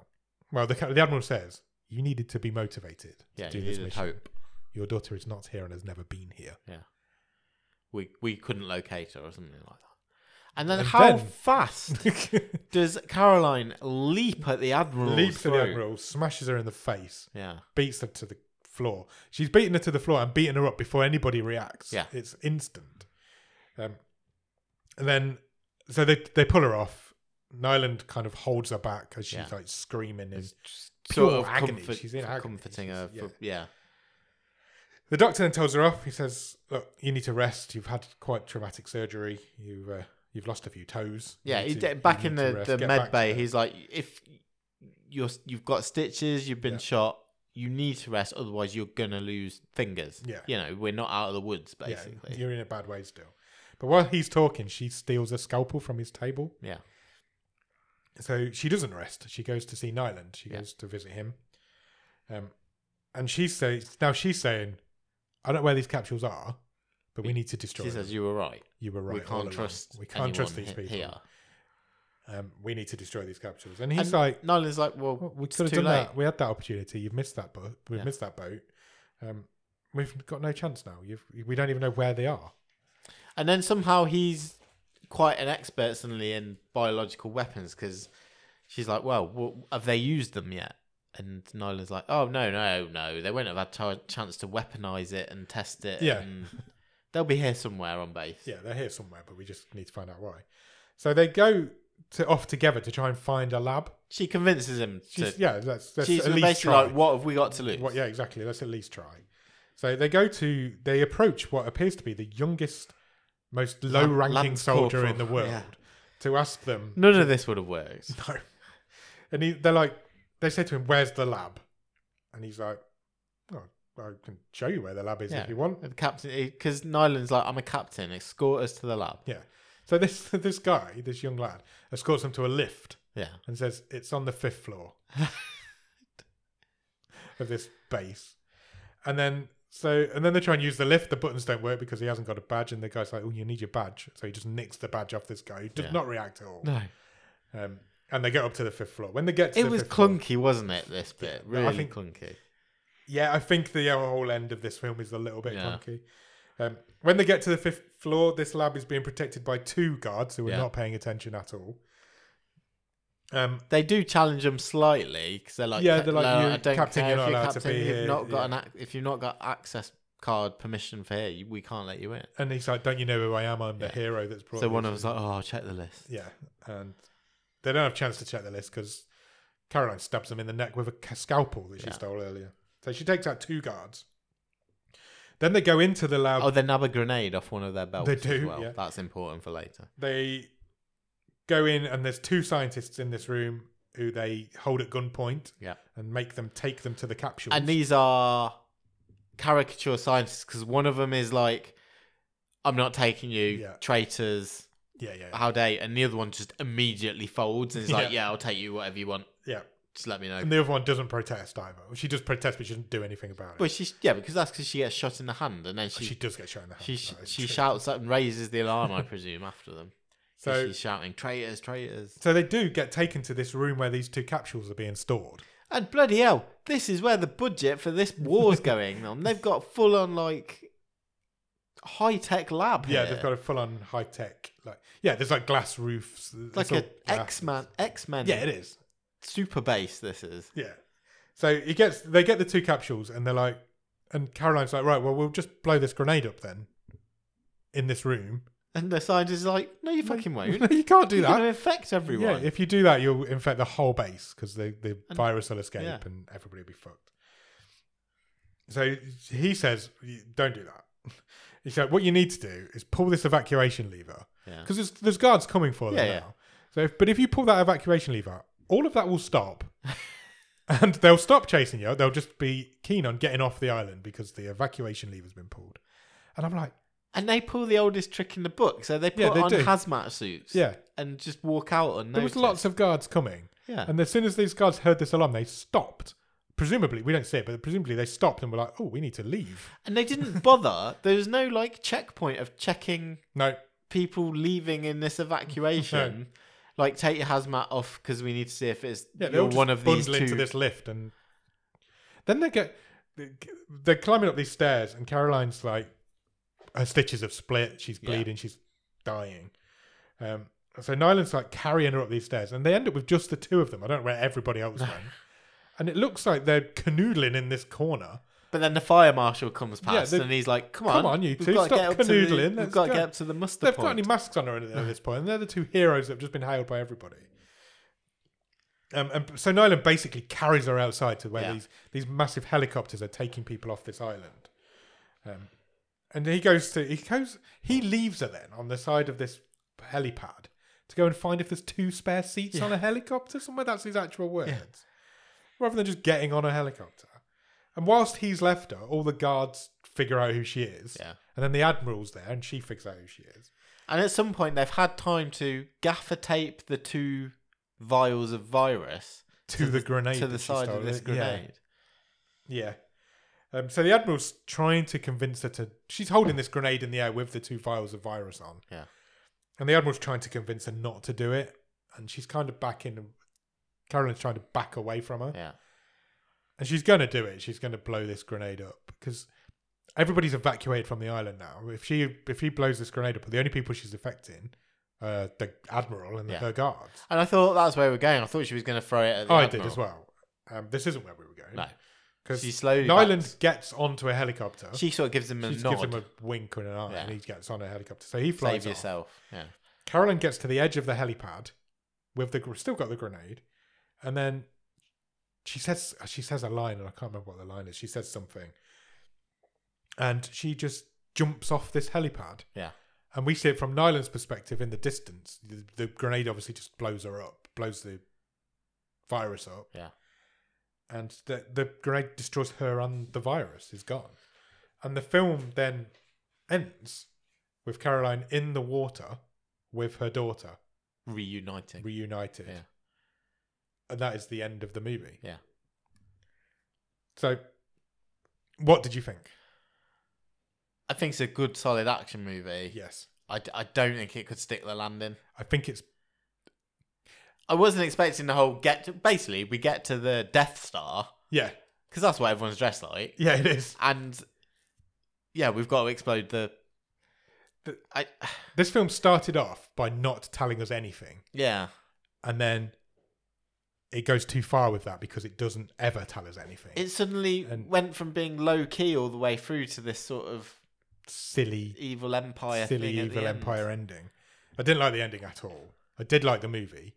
Speaker 1: well, the, the Admiral says, you needed to be motivated
Speaker 2: Yeah,
Speaker 1: to do
Speaker 2: you
Speaker 1: this
Speaker 2: needed
Speaker 1: mission.
Speaker 2: hope.
Speaker 1: Your daughter is not here and has never been here.
Speaker 2: We we couldn't locate her or something like that. And then
Speaker 1: And
Speaker 2: how
Speaker 1: then-
Speaker 2: fast does Caroline leap at the admiral?
Speaker 1: Leaps to the Admiral, smashes her in the face,
Speaker 2: Yeah,
Speaker 1: beats her to the floor. She's beaten her to the floor and beating her up before anybody reacts.
Speaker 2: Yeah.
Speaker 1: It's instant. Um, and then, so they, they pull her off. Nyland kind of holds her back as she's
Speaker 2: Yeah.
Speaker 1: like screaming and
Speaker 2: sort
Speaker 1: pure
Speaker 2: of
Speaker 1: agony.
Speaker 2: comfort-
Speaker 1: She's in agony.
Speaker 2: comforting
Speaker 1: She's-
Speaker 2: her.
Speaker 1: yeah.
Speaker 2: For, yeah,
Speaker 1: The doctor then tells her off. He says, "Look, you need to rest. You've had quite traumatic surgery. You uh, you've lost a few toes. You
Speaker 2: yeah.
Speaker 1: need
Speaker 2: he
Speaker 1: to-
Speaker 2: d-
Speaker 1: you
Speaker 2: back
Speaker 1: need
Speaker 2: in
Speaker 1: to
Speaker 2: the,
Speaker 1: rest.
Speaker 2: the
Speaker 1: Get back
Speaker 2: med
Speaker 1: to
Speaker 2: bay,
Speaker 1: it."
Speaker 2: he's like, if you're you've got stitches, you've been
Speaker 1: Yeah.
Speaker 2: shot, you need to rest, otherwise you're gonna lose fingers.
Speaker 1: Yeah.
Speaker 2: you know, we're not out of the woods
Speaker 1: Yeah,
Speaker 2: basically. Yeah,
Speaker 1: you're in a bad way still." But while he's talking, she steals a scalpel from his table. So she doesn't rest. She goes to see Nyland. She
Speaker 2: Yeah.
Speaker 1: goes to visit him. Um, and she says, "Now she's saying, I don't know where these capsules are, but we need to destroy
Speaker 2: she
Speaker 1: them.
Speaker 2: says you were right.
Speaker 1: you were right.
Speaker 2: we
Speaker 1: all
Speaker 2: can't
Speaker 1: along.
Speaker 2: trust.
Speaker 1: We can't trust these
Speaker 2: anyone he-
Speaker 1: people.
Speaker 2: Here.
Speaker 1: Um, we need to destroy these capsules." And he's
Speaker 2: And
Speaker 1: like,
Speaker 2: Nolan's like, well,
Speaker 1: Well, we
Speaker 2: it's
Speaker 1: could have
Speaker 2: too
Speaker 1: done
Speaker 2: late.
Speaker 1: that. We had that opportunity. You've missed that boat. We've
Speaker 2: Yeah.
Speaker 1: missed that boat. Um, we've got no chance now. You've, we don't even know where they are.
Speaker 2: And then somehow he's quite an expert suddenly in biological weapons because she's like, well, w have they used them yet? And Nyla's like, oh, no, no, no. They won't have had a chance to weaponize it and test it.
Speaker 1: Yeah.
Speaker 2: And they'll be here somewhere on base.
Speaker 1: Yeah, they're here somewhere, but we just need to find out why. So they go to off together to try and find a lab.
Speaker 2: She convinces him
Speaker 1: She's,
Speaker 2: to.
Speaker 1: yeah, let's, let's
Speaker 2: she's
Speaker 1: at
Speaker 2: basically
Speaker 1: least try.
Speaker 2: like, what have we got to lose?
Speaker 1: What- yeah, exactly. Let's at least try. So they go to they approach what appears to be the youngest, most low-ranking
Speaker 2: Lance
Speaker 1: soldier
Speaker 2: corporal.
Speaker 1: in the world
Speaker 2: Yeah.
Speaker 1: to ask them
Speaker 2: None of this would have worked.
Speaker 1: No. And he, they're like, they say to him, "Where's the lab?" And he's like, "Oh, I can show you where the lab is
Speaker 2: Yeah.
Speaker 1: if you want."
Speaker 2: The captain, because Nyland's like, I'm a captain, escort us to the lab.
Speaker 1: Yeah. So this this guy, this young lad, escorts him to a lift
Speaker 2: Yeah.
Speaker 1: and says, "It's on the fifth floor of this base." And then so and then they try and use the lift. The buttons don't work because he hasn't got a badge. And the guy's like, "Oh, you need your badge." So he just nicks the badge off this guy. He does
Speaker 2: Yeah.
Speaker 1: not react at all.
Speaker 2: No.
Speaker 1: Um, and they get up to the fifth floor. When they get to
Speaker 2: It
Speaker 1: the
Speaker 2: was
Speaker 1: fifth floor-
Speaker 2: clunky, wasn't it? This bit
Speaker 1: no, I
Speaker 2: really
Speaker 1: think-
Speaker 2: clunky.
Speaker 1: uh, Yeah, I think the whole end of this film is a little bit
Speaker 2: Yeah.
Speaker 1: clunky. Um, when they get to the fifth floor, this lab is being protected by two guards who are
Speaker 2: Yeah.
Speaker 1: not paying attention at all. Um,
Speaker 2: They do challenge them slightly because they're like,
Speaker 1: Yeah, they're like,
Speaker 2: "No,
Speaker 1: you-
Speaker 2: I don't
Speaker 1: Captain,
Speaker 2: care
Speaker 1: you're
Speaker 2: if
Speaker 1: not
Speaker 2: you're
Speaker 1: allowed to
Speaker 2: captain.
Speaker 1: be
Speaker 2: you've
Speaker 1: here,"
Speaker 2: not got
Speaker 1: yeah.
Speaker 2: an ac- if you've not got access card permission for here, you, we can't let you in.
Speaker 1: and he's like, "Don't you know who I am? I'm the
Speaker 2: Yeah.
Speaker 1: hero that's brought."
Speaker 2: So
Speaker 1: you
Speaker 2: one
Speaker 1: to
Speaker 2: of us like, oh, I'll check the list.
Speaker 1: Yeah, and they don't have a chance to check the list because Caroline stabs them in the neck with a ca- scalpel that she
Speaker 2: Yeah.
Speaker 1: stole earlier. So she takes out two guards. Then they go into the lab.
Speaker 2: Oh, they nab a grenade off one of their belts.
Speaker 1: They
Speaker 2: as
Speaker 1: do,
Speaker 2: well.
Speaker 1: yeah.
Speaker 2: That's important for later.
Speaker 1: They go in, and there's two scientists in this room who they hold at gunpoint
Speaker 2: Yeah.
Speaker 1: and make them take them to the capsules.
Speaker 2: And these are caricature scientists because one of them is like, I'm not taking you,
Speaker 1: Yeah.
Speaker 2: traitors,
Speaker 1: yeah, yeah, yeah.
Speaker 2: how dare you? And the other one just immediately folds and is like,
Speaker 1: Yeah.
Speaker 2: yeah, I'll take you, whatever you want. Just let me know.
Speaker 1: And the other one doesn't protest either. She does protest, but she doesn't do anything about it.
Speaker 2: But she's, yeah, because that's because she gets shot in the hand and then she,
Speaker 1: she, does get shot in the hand.
Speaker 2: She sh-
Speaker 1: that is
Speaker 2: she
Speaker 1: true.
Speaker 2: shouts up and raises the alarm, I presume, after them. So
Speaker 1: So,
Speaker 2: she's shouting, "Traitors, traitors!"
Speaker 1: so they do get taken to this room where these two capsules are being stored.
Speaker 2: And bloody hell, this is where the budget for this war's going on. They've got full on like high tech lab.
Speaker 1: Yeah,
Speaker 2: here.
Speaker 1: they've got a full on high tech like yeah, there's like glass roofs. It's
Speaker 2: like
Speaker 1: all
Speaker 2: a
Speaker 1: glass.
Speaker 2: X Men X Men.
Speaker 1: Yeah, it is.
Speaker 2: super base. This is
Speaker 1: Yeah. So he gets they get the two capsules and they're like and Caroline's like, right, well we'll just blow this grenade up then in this room.
Speaker 2: and the scientist is like, "No, you fucking won't.
Speaker 1: you can't do
Speaker 2: You're going to
Speaker 1: that.
Speaker 2: infect
Speaker 1: Yeah,
Speaker 2: everyone."
Speaker 1: if you do that you'll infect the whole base because the, the virus will escape
Speaker 2: yeah.
Speaker 1: and everybody will be fucked. So he says, don't do that. He said, what you need to do is pull this evacuation lever
Speaker 2: Yeah.
Speaker 1: because there's, there's guards coming for them
Speaker 2: Yeah, yeah.
Speaker 1: now. So, if, but if you pull that evacuation lever, all of that will stop, and they'll stop chasing you. They'll just be keen on getting off the island because the evacuation lever's been pulled. And I'm like,
Speaker 2: And they pull the oldest trick in the book. So they put
Speaker 1: Yeah, they
Speaker 2: on
Speaker 1: do.
Speaker 2: hazmat suits.
Speaker 1: yeah,
Speaker 2: And just walk out unnoticed.
Speaker 1: there was lots of guards coming,
Speaker 2: Yeah.
Speaker 1: and as soon as these guards heard this alarm, they stopped. Presumably, we don't see it, but presumably they stopped and were like, "Oh, we need to leave."
Speaker 2: And they didn't bother. there was no like checkpoint of checking
Speaker 1: No,
Speaker 2: people leaving in this evacuation. Like take your hazmat off because we need to see if it's
Speaker 1: yeah, they
Speaker 2: you're
Speaker 1: all just
Speaker 2: one of these
Speaker 1: bundle
Speaker 2: two.
Speaker 1: into this lift, and then they get they're climbing up these stairs, and Caroline's like her stitches have split, she's
Speaker 2: Yeah.
Speaker 1: bleeding, she's dying. Um, so Nyland's like carrying her up these stairs, and they end up with just the two of them. I don't know where everybody else went, and it looks like they're canoodling in this corner.
Speaker 2: But then the fire marshal comes
Speaker 1: Yeah,
Speaker 2: past
Speaker 1: they-
Speaker 2: and he's like, "Come on,
Speaker 1: Come on, you
Speaker 2: we've
Speaker 1: two,
Speaker 2: got to
Speaker 1: stop
Speaker 2: get up to the-
Speaker 1: canoodling,
Speaker 2: We've
Speaker 1: let's
Speaker 2: got to
Speaker 1: go."
Speaker 2: get up to the muster
Speaker 1: They've got
Speaker 2: point."
Speaker 1: any masks on or anything at this point, and they're the two heroes that have just been hailed by everybody. Um, and so Nyland basically carries her outside to where
Speaker 2: Yeah.
Speaker 1: these these massive helicopters are taking people off this island. Um, and he goes to he goes he leaves her then on the side of this helipad to go and find if there's two spare seats on a helicopter somewhere. That's his actual words, rather than just getting on a helicopter. And whilst he's left her, all the guards figure out who she is.
Speaker 2: Yeah.
Speaker 1: And then the admiral's there, and she figures out who she is.
Speaker 2: And at some point, they've had time to gaffer tape the two vials of virus
Speaker 1: to the grenade
Speaker 2: to
Speaker 1: that
Speaker 2: the
Speaker 1: she
Speaker 2: side
Speaker 1: stole.
Speaker 2: of this
Speaker 1: Yeah.
Speaker 2: grenade.
Speaker 1: Yeah. Um, so the admiral's trying to convince her to. She's holding this grenade in the air with the two vials of virus on.
Speaker 2: Yeah.
Speaker 1: And the admiral's trying to convince her not to do it, and she's kind of backing. Carolyn's trying to back away from her,
Speaker 2: yeah.
Speaker 1: and she's going to do it. She's going to blow this grenade up because everybody's evacuated from the island now. If she if she blows this grenade up, the only people she's affecting, uh, the admiral and
Speaker 2: Yeah.
Speaker 1: her guards.
Speaker 2: And I thought that's where we're going. I thought she was going to throw it at the
Speaker 1: I
Speaker 2: admiral.
Speaker 1: did as well. Um, this isn't where we were going.
Speaker 2: No.
Speaker 1: because
Speaker 2: She slowly
Speaker 1: Nyland gets onto a helicopter.
Speaker 2: She sort of gives him a
Speaker 1: She just
Speaker 2: nod.
Speaker 1: gives him a wink and an eye,
Speaker 2: Yeah.
Speaker 1: and he gets on a helicopter. So he
Speaker 2: Save
Speaker 1: flies off.
Speaker 2: yourself. Yeah.
Speaker 1: Carolyn gets to the edge of the helipad with the gr- still got the grenade, and then she says uh, she says a line, and I can't remember what the line is. She says something, and she just jumps off this helipad,
Speaker 2: Yeah.
Speaker 1: and we see it from Nyland's perspective in the distance. The, the grenade obviously just blows her up, blows the virus up,
Speaker 2: Yeah.
Speaker 1: and the the grenade destroys her and the virus is gone. And the film then ends with Caroline in the water with her daughter
Speaker 2: Reuniting.
Speaker 1: reunited.
Speaker 2: Yeah.
Speaker 1: And that is the end of the movie.
Speaker 2: Yeah.
Speaker 1: So what did you think?
Speaker 2: I think it's a good solid action movie.
Speaker 1: Yes.
Speaker 2: I, d- I don't think it could stick the landing.
Speaker 1: I think it's
Speaker 2: I wasn't expecting the whole get. To, basically, we get to the Death Star
Speaker 1: yeah.
Speaker 2: because that's what everyone's dressed like,
Speaker 1: Yeah, it is.
Speaker 2: and yeah, we've got to explode the.
Speaker 1: The-
Speaker 2: I
Speaker 1: This film started off by not telling us anything,
Speaker 2: yeah
Speaker 1: and then it goes too far with that because it doesn't ever tell us anything.
Speaker 2: it suddenly
Speaker 1: And-
Speaker 2: went from being low key all the way through to this sort of
Speaker 1: silly,
Speaker 2: evil empire
Speaker 1: silly
Speaker 2: thing at
Speaker 1: evil
Speaker 2: the end.
Speaker 1: empire ending. I didn't like the ending at all. I did like the movie.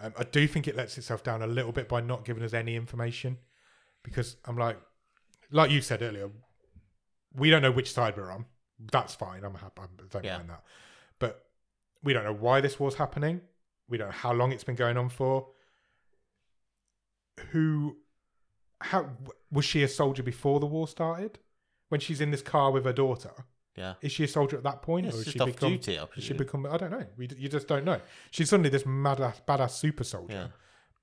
Speaker 1: Um, I do think it lets itself down a little bit by not giving us any information because I'm like, like you said earlier, we don't know which side we're on. That's fine. I'm happy. I don't
Speaker 2: Yeah.
Speaker 1: mind that. But we don't know why this war's happening. We don't know how long it's been going on for. Who, how was she a soldier before the war started? When she's in this car with her daughter,
Speaker 2: yeah
Speaker 1: is she a soldier at that point,
Speaker 2: Yeah,
Speaker 1: or has
Speaker 2: it's just
Speaker 1: she
Speaker 2: off
Speaker 1: become?
Speaker 2: duty I
Speaker 1: Has she
Speaker 2: presume.
Speaker 1: become? I don't know. We, d- you just don't know. She's suddenly this mad ass, badass super soldier.
Speaker 2: yeah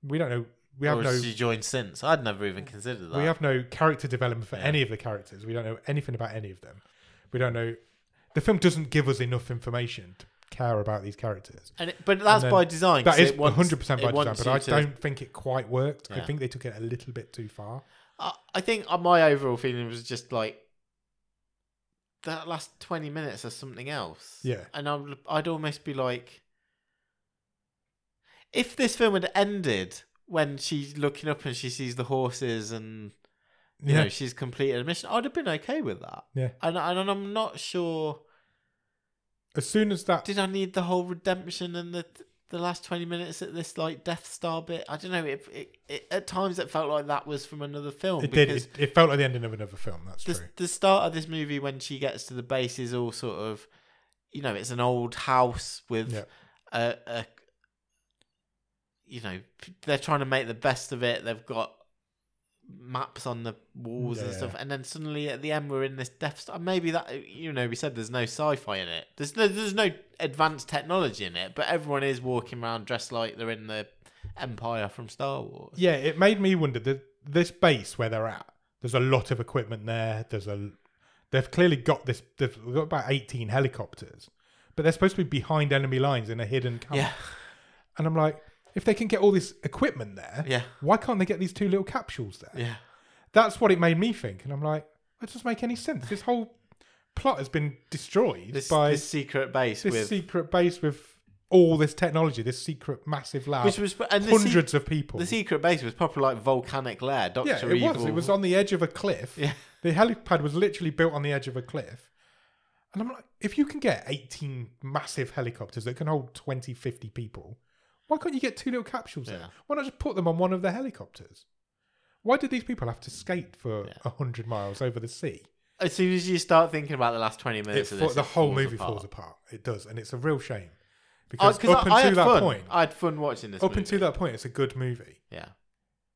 Speaker 1: We don't know. We have
Speaker 2: or has
Speaker 1: no.
Speaker 2: she joined since I'd never even considered that
Speaker 1: We have no character development for
Speaker 2: Yeah.
Speaker 1: any of the characters. We don't know anything about any of them. We don't know. The film doesn't give us enough information to care about these characters.
Speaker 2: and it, but that's
Speaker 1: then-
Speaker 2: by design
Speaker 1: That
Speaker 2: 'cause
Speaker 1: is
Speaker 2: it wants-
Speaker 1: 100% by
Speaker 2: it
Speaker 1: design,
Speaker 2: wants
Speaker 1: but I
Speaker 2: you to-
Speaker 1: don't think it quite worked. I
Speaker 2: Yeah.
Speaker 1: think they took it a little bit too far.
Speaker 2: I, I think uh, my overall feeling was just like that last 20 minutes or something else.
Speaker 1: Yeah.
Speaker 2: And I'm, I'd almost be like, if this film had ended when she's looking up and she sees the horses and, you
Speaker 1: Yeah.
Speaker 2: know, she's completed a mission, I'd have been okay with that.
Speaker 1: Yeah.
Speaker 2: And, and I'm not sure,
Speaker 1: As soon as that
Speaker 2: did I need the whole redemption and the. The last twenty minutes at this like Death Star bit, I don't know. It, it, it at times it felt like that was from another film.
Speaker 1: it did, it, it felt like the ending of another film. That's
Speaker 2: the,
Speaker 1: true.
Speaker 2: the start of this movie when she gets to the base is all sort of you know it's an old house with
Speaker 1: Yeah.
Speaker 2: a, a you know p- they're trying to make the best of it they've got maps on the walls and
Speaker 1: Yeah.
Speaker 2: stuff and then suddenly at the end we're in this death star maybe that you know we said there's no sci-fi in it there's no there's no advanced technology in it but everyone is walking around dressed like they're in the empire from star wars
Speaker 1: Yeah, it made me wonder. The, this base where they're at, there's a lot of equipment there. There's a, they've clearly got this. They've got about eighteen helicopters, but they're supposed to be behind enemy lines in a hidden camp.
Speaker 2: yeah
Speaker 1: And I'm like, if they can get all this equipment there,
Speaker 2: yeah
Speaker 1: why can't they get these two little capsules there?
Speaker 2: yeah
Speaker 1: That's what it made me think. And I'm like, that doesn't make any sense. This whole plot has been destroyed
Speaker 2: this,
Speaker 1: by
Speaker 2: this secret base
Speaker 1: this
Speaker 2: with
Speaker 1: secret base with all this technology, this secret massive lab,
Speaker 2: which was and the, se-
Speaker 1: hundreds of people.
Speaker 2: the secret base was proper like volcanic lair. Doctor
Speaker 1: Yeah, it
Speaker 2: Evil.
Speaker 1: was. It was on the edge of a cliff.
Speaker 2: Yeah.
Speaker 1: The helipad was literally built on the edge of a cliff. And I'm like, if you can get 18 massive helicopters that can hold 20, 50 people, why can't you get two little capsules
Speaker 2: Yeah.
Speaker 1: there? Why not just put them on one of the helicopters? Why did these people have to skate for a
Speaker 2: Yeah.
Speaker 1: 100 miles over the sea?
Speaker 2: As soon as you start thinking about the last twenty
Speaker 1: It
Speaker 2: minutes of
Speaker 1: fa-
Speaker 2: this,
Speaker 1: the
Speaker 2: it
Speaker 1: whole
Speaker 2: falls
Speaker 1: movie
Speaker 2: apart.
Speaker 1: falls apart. It does. And it's a real shame.
Speaker 2: I-
Speaker 1: Because
Speaker 2: 'cause
Speaker 1: up
Speaker 2: I,
Speaker 1: until
Speaker 2: I had
Speaker 1: that
Speaker 2: fun.
Speaker 1: point,
Speaker 2: I had fun watching this.
Speaker 1: up
Speaker 2: movie.
Speaker 1: until that point, it's a good movie.
Speaker 2: yeah,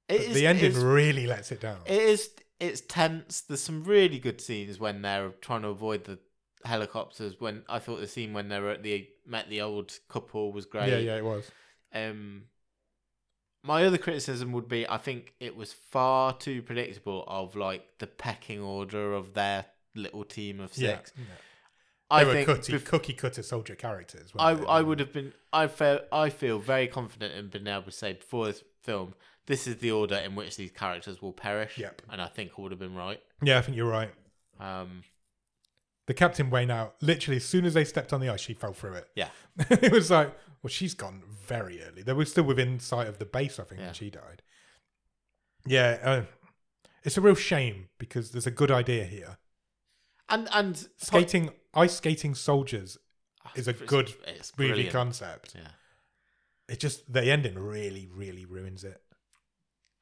Speaker 1: But
Speaker 2: it is,
Speaker 1: the ending
Speaker 2: It is,
Speaker 1: really lets it down.
Speaker 2: it is. It's tense. There's some really good scenes when they're trying to avoid the helicopters. When I thought the scene when they were at the met the old couple was great.
Speaker 1: yeah, yeah, it was.
Speaker 2: Um, my other criticism would be I think it was far too predictable of like the pecking order of their little team of
Speaker 1: Yeah,
Speaker 2: six.
Speaker 1: yeah.
Speaker 2: I
Speaker 1: they
Speaker 2: think
Speaker 1: were cookie,
Speaker 2: bef-
Speaker 1: cookie cutter soldier characters.
Speaker 2: I
Speaker 1: weren't they?
Speaker 2: I would have been I feel I feel very confident in being able to say before this film this is the order in which these characters will perish.
Speaker 1: Yep.
Speaker 2: And I think I would have been right.
Speaker 1: Yeah, I think you're right.
Speaker 2: Um,
Speaker 1: The captain Wayne out. Literally, as soon as they stepped on the ice, she fell through it.
Speaker 2: Yeah.
Speaker 1: it was like, well, she's gone very early. They were still within sight of the base, I think,
Speaker 2: Yeah.
Speaker 1: when she died. Yeah, uh, it's a real shame because there's a good idea here.
Speaker 2: and and
Speaker 1: Skating, ice skating soldiers, is a
Speaker 2: It's-
Speaker 1: good
Speaker 2: it's
Speaker 1: movie
Speaker 2: brilliant.
Speaker 1: concept.
Speaker 2: Yeah.
Speaker 1: It just the ending really, really ruins it.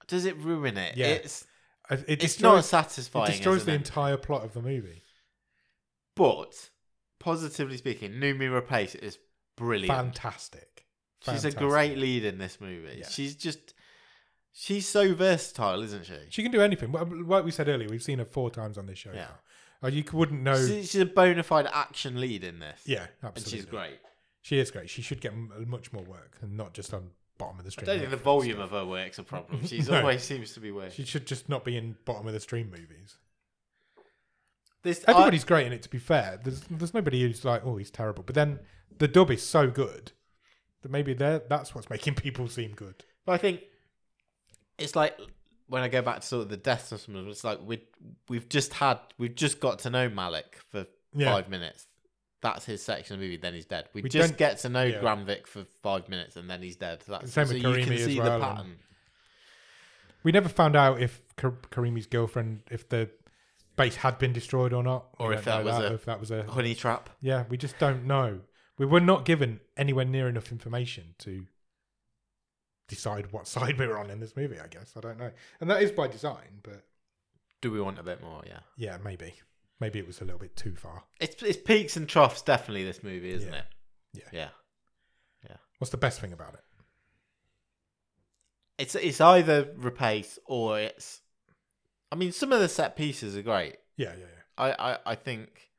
Speaker 2: Does it ruin it?
Speaker 1: Yeah.
Speaker 2: It's
Speaker 1: I- It
Speaker 2: it's
Speaker 1: destroys,
Speaker 2: not satisfying.
Speaker 1: It destroys the
Speaker 2: entire.
Speaker 1: entire plot of the movie.
Speaker 2: But positively speaking, Numi Rapace is brilliant.
Speaker 1: Fantastic.
Speaker 2: She's a
Speaker 1: Fantastic.
Speaker 2: great lead in this movie.
Speaker 1: Yeah.
Speaker 2: She's just she's so versatile, isn't she?
Speaker 1: She can do anything. Well, um, Like we said earlier, we've seen her four times on this show.
Speaker 2: Yeah.
Speaker 1: now. Uh, you c- wouldn't know.
Speaker 2: She- She's a bona fide action lead in this.
Speaker 1: yeah,
Speaker 2: and
Speaker 1: absolutely.
Speaker 2: she's great.
Speaker 1: She is great. She should get m- uh, much more work and not just on bottom of the
Speaker 2: I
Speaker 1: stream.
Speaker 2: don't think the
Speaker 1: Netflix
Speaker 2: volume
Speaker 1: stuff.
Speaker 2: of her work's a problem. She's
Speaker 1: No.
Speaker 2: always seems to be working.
Speaker 1: She should just not be in bottom of the stream movies.
Speaker 2: This I-
Speaker 1: Everybody's great in it. To be fair, there's there's nobody who's like, oh, he's terrible. But then the dub is so good that maybe they're- that's what's making people seem good.
Speaker 2: But I think it's like when I go back to sort of the deaths of someone, it's like we we've just had we've just got to know Malik for
Speaker 1: Yeah.
Speaker 2: five minutes. That's his section of the movie. Then he's dead. We,
Speaker 1: We
Speaker 2: just
Speaker 1: don't-
Speaker 2: get to know
Speaker 1: yeah.
Speaker 2: Granvik for five minutes, and then he's dead. That's
Speaker 1: Same
Speaker 2: so
Speaker 1: with
Speaker 2: you can
Speaker 1: Karimi as
Speaker 2: see
Speaker 1: well,
Speaker 2: the
Speaker 1: and-
Speaker 2: pattern.
Speaker 1: We never found out if Kar- Karimi's girlfriend, if the base had been destroyed or not,
Speaker 2: Or
Speaker 1: We
Speaker 2: if
Speaker 1: don't
Speaker 2: that
Speaker 1: know
Speaker 2: was a-
Speaker 1: if that was a
Speaker 2: Honey trap.
Speaker 1: yeah. We just don't know. We were not given anywhere near enough information to decide what side we were on in this movie. I guess I don't know, and that is by design. But
Speaker 2: Do we want a bit more? Yeah.
Speaker 1: yeah, maybe, maybe it was a little bit too far.
Speaker 2: It's it's peaks and troughs definitely this movie, isn't
Speaker 1: Yeah.
Speaker 2: it?
Speaker 1: Yeah.
Speaker 2: Yeah.
Speaker 1: What's the best thing about it?
Speaker 2: It's it's either repace or it's. I mean, some of the set pieces are great.
Speaker 1: Yeah, yeah, yeah.
Speaker 2: I, I, I think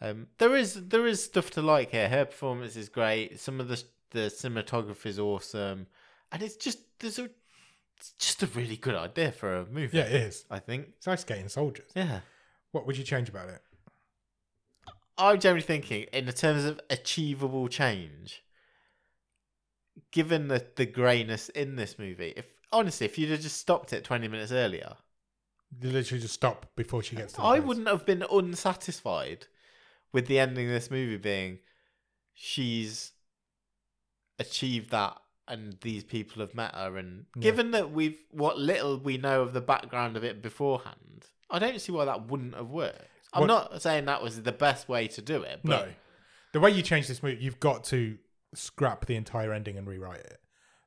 Speaker 2: um, there is there is stuff to like here. Her performance is great. Some of the the cinematography is awesome, and it's just there's a it's just a really good idea for a movie.
Speaker 1: Yeah, it is.
Speaker 2: I think.
Speaker 1: It's ice skating soldiers.
Speaker 2: Yeah,
Speaker 1: What would you change about it?
Speaker 2: I'm generally thinking in the terms of achievable change. Given the the greyness in this movie, if honestly, if you'd have just stopped it 20 minutes earlier,
Speaker 1: You literally just stop before she gets to the
Speaker 2: I
Speaker 1: base.
Speaker 2: wouldn't have been unsatisfied with the ending of this movie being she's achieved that and these people have met her and
Speaker 1: Yeah.
Speaker 2: given that we've what little we know of the background of it beforehand, I don't see why that wouldn't have worked. I'm
Speaker 1: What-
Speaker 2: not saying that was the best way to do it, but
Speaker 1: No. The way you change this movie, you've got to scrap the entire ending and rewrite it.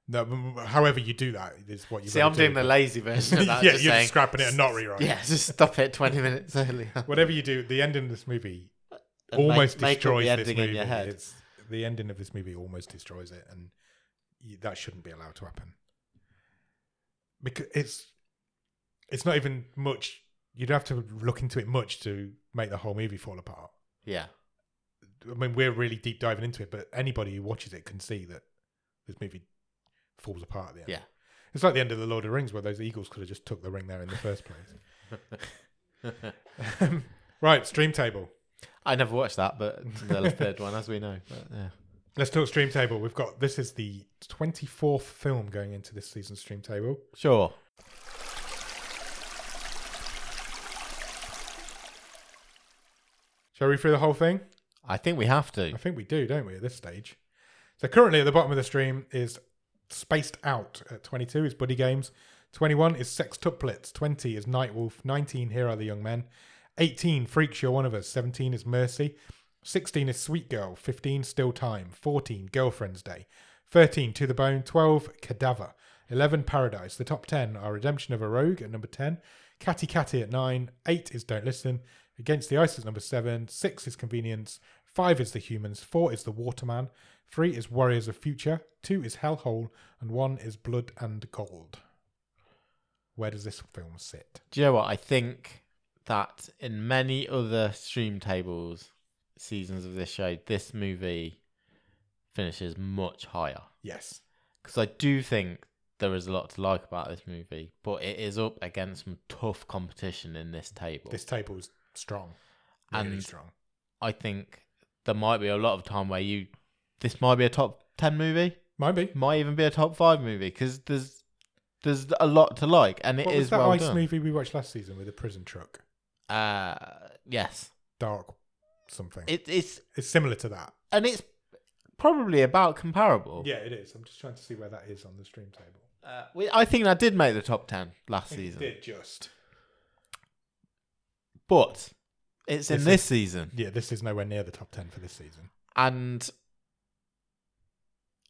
Speaker 1: No, m- m- however you do that is what you
Speaker 2: see I'm
Speaker 1: do.
Speaker 2: doing the lazy version of that.
Speaker 1: yeah,
Speaker 2: just
Speaker 1: you're
Speaker 2: saying,
Speaker 1: just scrapping it and not rewriting.
Speaker 2: Yeah, just stop it twenty minutes earlier.
Speaker 1: Whatever you do, the ending of this movie
Speaker 2: And make-
Speaker 1: almost
Speaker 2: make up
Speaker 1: destroys
Speaker 2: the
Speaker 1: this
Speaker 2: ending
Speaker 1: movie.
Speaker 2: in your head.
Speaker 1: It's the ending of this movie almost destroys it, and you, that shouldn't be allowed to happen. Because it's it's not even much. You'd have to look into it much to make the whole movie fall apart.
Speaker 2: Yeah.
Speaker 1: I mean, we're really deep diving into it, but anybody who watches it can see that this movie falls apart at the end.
Speaker 2: Yeah.
Speaker 1: It's like the end of the Lord of the Rings, where those eagles could have just took the ring there in the first place. Um, right, stream table.
Speaker 2: I never watched that, but the third one, as we know. But, yeah.
Speaker 1: Let's talk stream table. We've got this is the twenty fourth film going into this season's stream table.
Speaker 2: Sure.
Speaker 1: Shall we through the whole thing?
Speaker 2: I think we have to.
Speaker 1: I think we do, don't we? At this stage. So currently at the bottom of the stream is Spaced Out at 22 is Buddy Games, 21 is Sextuplets, 20 is Nightwolf, 19 Here Are the Young Men, 18 Freaks You're One of Us, 17 is Mercy, 16 is Sweet Girl, 15 Still Time, 14 Girlfriend's Day, 13 To the Bone, 12 Cadaver, 11 Paradise. The top 10 are Redemption of a Rogue at number 10, Catty Catty at 9, 8 is Don't Listen, Against the Ice is number 7, 6 is Convenience, 5 is The Humans, 4 is The Waterman, 3 is Warriors of Future, 2 is Hellhole, and 1 is Blood and Gold. Where does this film sit?
Speaker 2: Do you know what? I think that in many other stream tables, seasons of this show, this movie finishes much higher.
Speaker 1: Yes.
Speaker 2: Because I do think there is a lot to like about this movie, but it is up against some tough competition in this table.
Speaker 1: This table is strong. Really
Speaker 2: And-
Speaker 1: strong.
Speaker 2: I think there might be a lot of time where you. This might be a top 10 movie,
Speaker 1: Might be.
Speaker 2: might even be a top 5 movie, because there's. There's a lot to like, and it is
Speaker 1: What was that
Speaker 2: well
Speaker 1: ice
Speaker 2: done.
Speaker 1: movie we watched last season with the prison truck?
Speaker 2: Uh, yes,
Speaker 1: Dark something.
Speaker 2: it, it's
Speaker 1: it's similar to that.
Speaker 2: and it's probably about comparable.
Speaker 1: Yeah, it is. I'm just trying to see where that is on the stream table.
Speaker 2: Uh, we- I think that did make the top ten last
Speaker 1: It
Speaker 2: season,
Speaker 1: did just.
Speaker 2: but it's in
Speaker 1: This
Speaker 2: this season,
Speaker 1: Yeah, this is nowhere near the top 10 for this season.
Speaker 2: and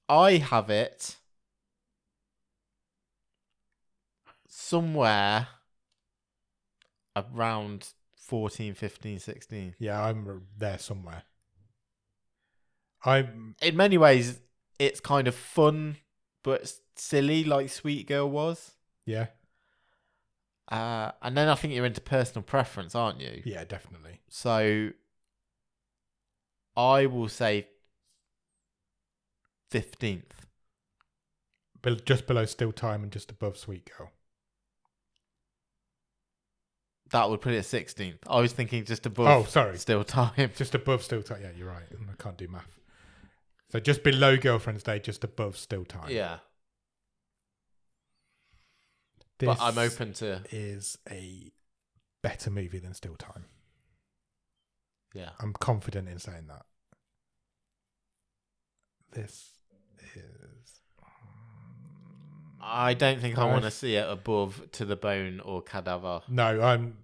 Speaker 2: I have it somewhere around 14, 15, 16.
Speaker 1: Yeah, I'm there somewhere. I'm.
Speaker 2: In many ways, it's kind of fun but s- silly, like Sweet Girl was.
Speaker 1: Yeah.
Speaker 2: Uh, and then I think you're into personal preference, aren't you?
Speaker 1: Yeah, definitely.
Speaker 2: So I will say 15th.
Speaker 1: Bel just below Still Time and just above Sweet Girl.
Speaker 2: That would put it at 16th. I was thinking just above
Speaker 1: Oh, sorry.
Speaker 2: still time.
Speaker 1: Just above Still Time. Yeah, you're right. Mm, I can't do math. So just below Girlfriend's Day, just above Still Time.
Speaker 2: Yeah.
Speaker 1: This
Speaker 2: but I'm open to
Speaker 1: Is a better movie than Still Time.
Speaker 2: yeah.
Speaker 1: I'm confident in saying that. This is.
Speaker 2: I don't think I want to
Speaker 1: Nice.
Speaker 2: see it above to the bone or cadaver.
Speaker 1: No, I'm.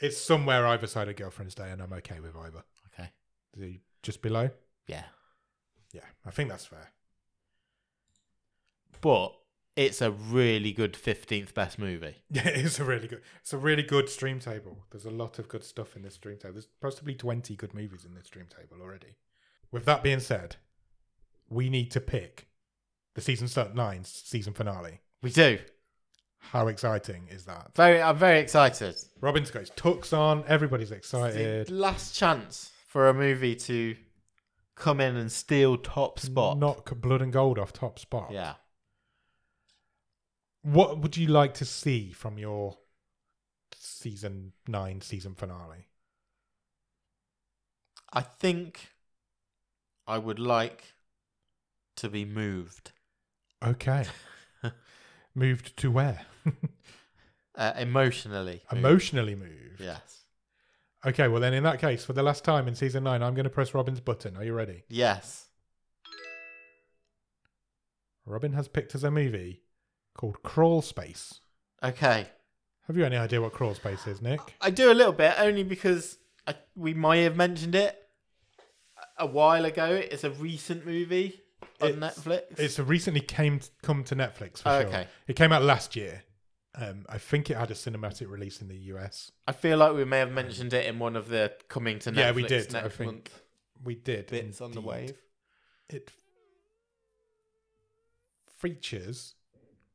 Speaker 1: It's somewhere either side of Girlfriend's Day, and I'm okay with either.
Speaker 2: Okay.
Speaker 1: The- Just below.
Speaker 2: Yeah.
Speaker 1: Yeah, I think that's fair.
Speaker 2: But it's a really good 15th best movie.
Speaker 1: Yeah, it is a really good. It's a really good stream table. There's a lot of good stuff in this stream table. There's possibly 20 good movies in this stream table already. With that being said, we need to pick the season start nine season finale.
Speaker 2: We do.
Speaker 1: How exciting is that?
Speaker 2: Very I'm very excited.
Speaker 1: Robin's goes tux on. Everybody's excited.
Speaker 2: The last chance for a movie to come in and steal top spot.
Speaker 1: Knock blood and gold off top spot.
Speaker 2: yeah.
Speaker 1: What would you like to see from your season nine season finale?
Speaker 2: I think I would like to be moved
Speaker 1: Okay. Moved to where?
Speaker 2: uh, emotionally. moved.
Speaker 1: Emotionally moved.
Speaker 2: Yes.
Speaker 1: Okay, well then, in that case, for the last time in season nine, I'm going to press Robin's button. Are you ready?
Speaker 2: Yes.
Speaker 1: Robin has picked as a movie called Crawl Space.
Speaker 2: Okay.
Speaker 1: Have you any idea what Crawl Space is, Nick?
Speaker 2: I do a little bit only because I, we might have mentioned it a while ago. It's a recent movie on
Speaker 1: It's-
Speaker 2: Netflix.
Speaker 1: It's recently came to, come to Netflix for
Speaker 2: Oh,
Speaker 1: sure.
Speaker 2: okay.
Speaker 1: It came out last year. Um, I think it had a cinematic release in the US.
Speaker 2: I feel like we may have mentioned it in one of the coming to Netflix
Speaker 1: Yeah, we did, I
Speaker 2: next
Speaker 1: think.
Speaker 2: month
Speaker 1: We did.
Speaker 2: bits on the
Speaker 1: indeed.
Speaker 2: wave.
Speaker 1: It features.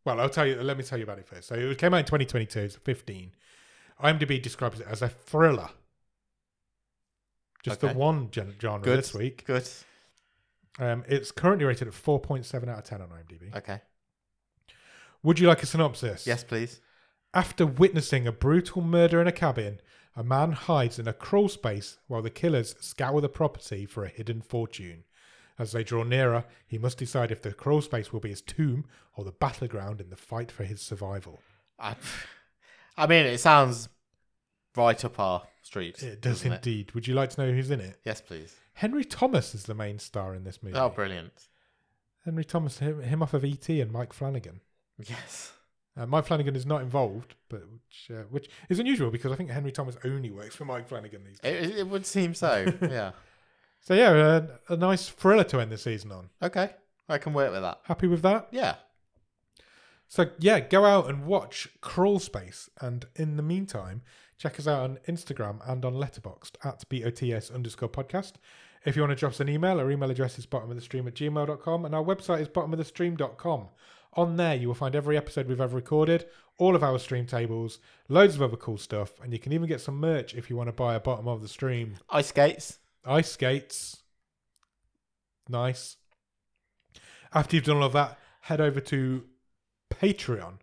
Speaker 1: Well, I'll tell you. Let me tell you about it first. So it came out in 2022. It's 15. IMDb describes it as a thriller. Just
Speaker 2: Okay.
Speaker 1: the one gen- genre
Speaker 2: Good
Speaker 1: this week.
Speaker 2: Good.
Speaker 1: Um, it's currently rated at 4.7 out of 10 on IMDb.
Speaker 2: Okay.
Speaker 1: Would you like a synopsis?
Speaker 2: Yes, please.
Speaker 1: After witnessing a brutal murder in a cabin, a man hides in a crawl space while the killers scour the property for a hidden fortune. As they draw nearer, he must decide if the crawl space will be his tomb or the battleground in the fight for his survival.
Speaker 2: I, I mean, it sounds right up our street.
Speaker 1: It does
Speaker 2: doesn't it?
Speaker 1: indeed. Would you like to know who's in it?
Speaker 2: Yes, please.
Speaker 1: Henry Thomas is the main star in this movie.
Speaker 2: Oh, brilliant.
Speaker 1: Henry Thomas, him, him off of ET and Mike Flanagan.
Speaker 2: Yes.
Speaker 1: Uh, Mike Flanagan is not involved, but which, uh, which is unusual because I think Henry Thomas only works for Mike Flanagan these days.
Speaker 2: It, it would seem so. yeah.
Speaker 1: So yeah, a, a nice thriller to end the season on.
Speaker 2: Okay. I can work with that.
Speaker 1: Happy with that?
Speaker 2: Yeah.
Speaker 1: So yeah, go out and watch Crawl Space, and in the meantime, check us out on Instagram and on Letterboxd at bots underscore podcast. If you want to drop us an email, our email address is bottom of the stream at gmail.com, and our website is bottom of the stream.com. On there, you will find every episode we've ever recorded, all of our stream tables, loads of other cool stuff, and you can even get some merch if you want to buy a bottom of the stream
Speaker 2: Ice skates.
Speaker 1: ice skates. Nice. After you've done all of that, head over to Patreon.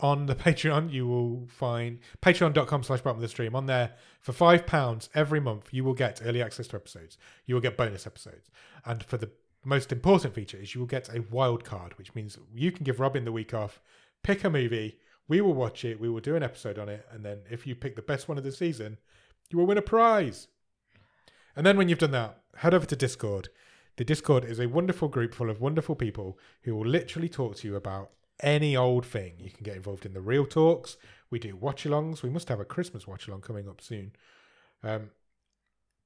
Speaker 1: On the Patreon, you will find patreon.com slash bottom of the stream. On there, for £5 every month, you will get early access to episodes. You will get bonus episodes. And for the most important feature is you will get a wild card, which means you can give Robin the week off, pick a movie, we will watch it, we will do an episode on it, and then if you pick the best one of the season, you will win a prize. And then when you've done that, head over to Discord. The Discord is a wonderful group full of wonderful people who will literally talk to you about any old thing. You can get involved in the real talks. We do watch alongs. We must have a Christmas watch along coming up soon. Um,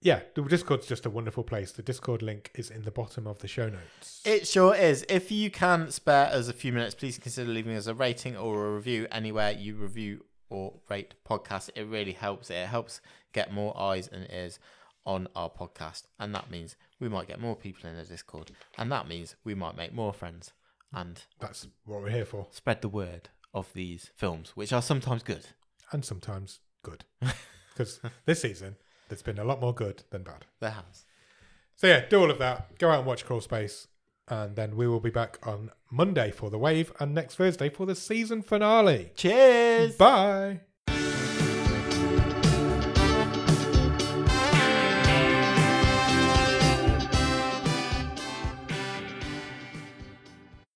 Speaker 1: yeah, the Discord's just a wonderful place. The Discord link is in the bottom of the show notes.
Speaker 2: It sure is. If you can spare us a few minutes, please consider leaving us a rating or a review anywhere you review or rate podcasts. It really helps. It helps get more eyes and ears on our podcast. And that means we might get more people in the Discord. And that means we might make more friends and
Speaker 1: That's what we're here for.
Speaker 2: spread the word of these films, which are sometimes good.
Speaker 1: And sometimes good. Because this season, there's been a lot more good than bad.
Speaker 2: There has.
Speaker 1: So yeah, do all of that. Go out and watch Crawl Space, and then we will be back on Monday for the wave, and next Thursday for the season finale.
Speaker 2: Cheers!
Speaker 1: Bye.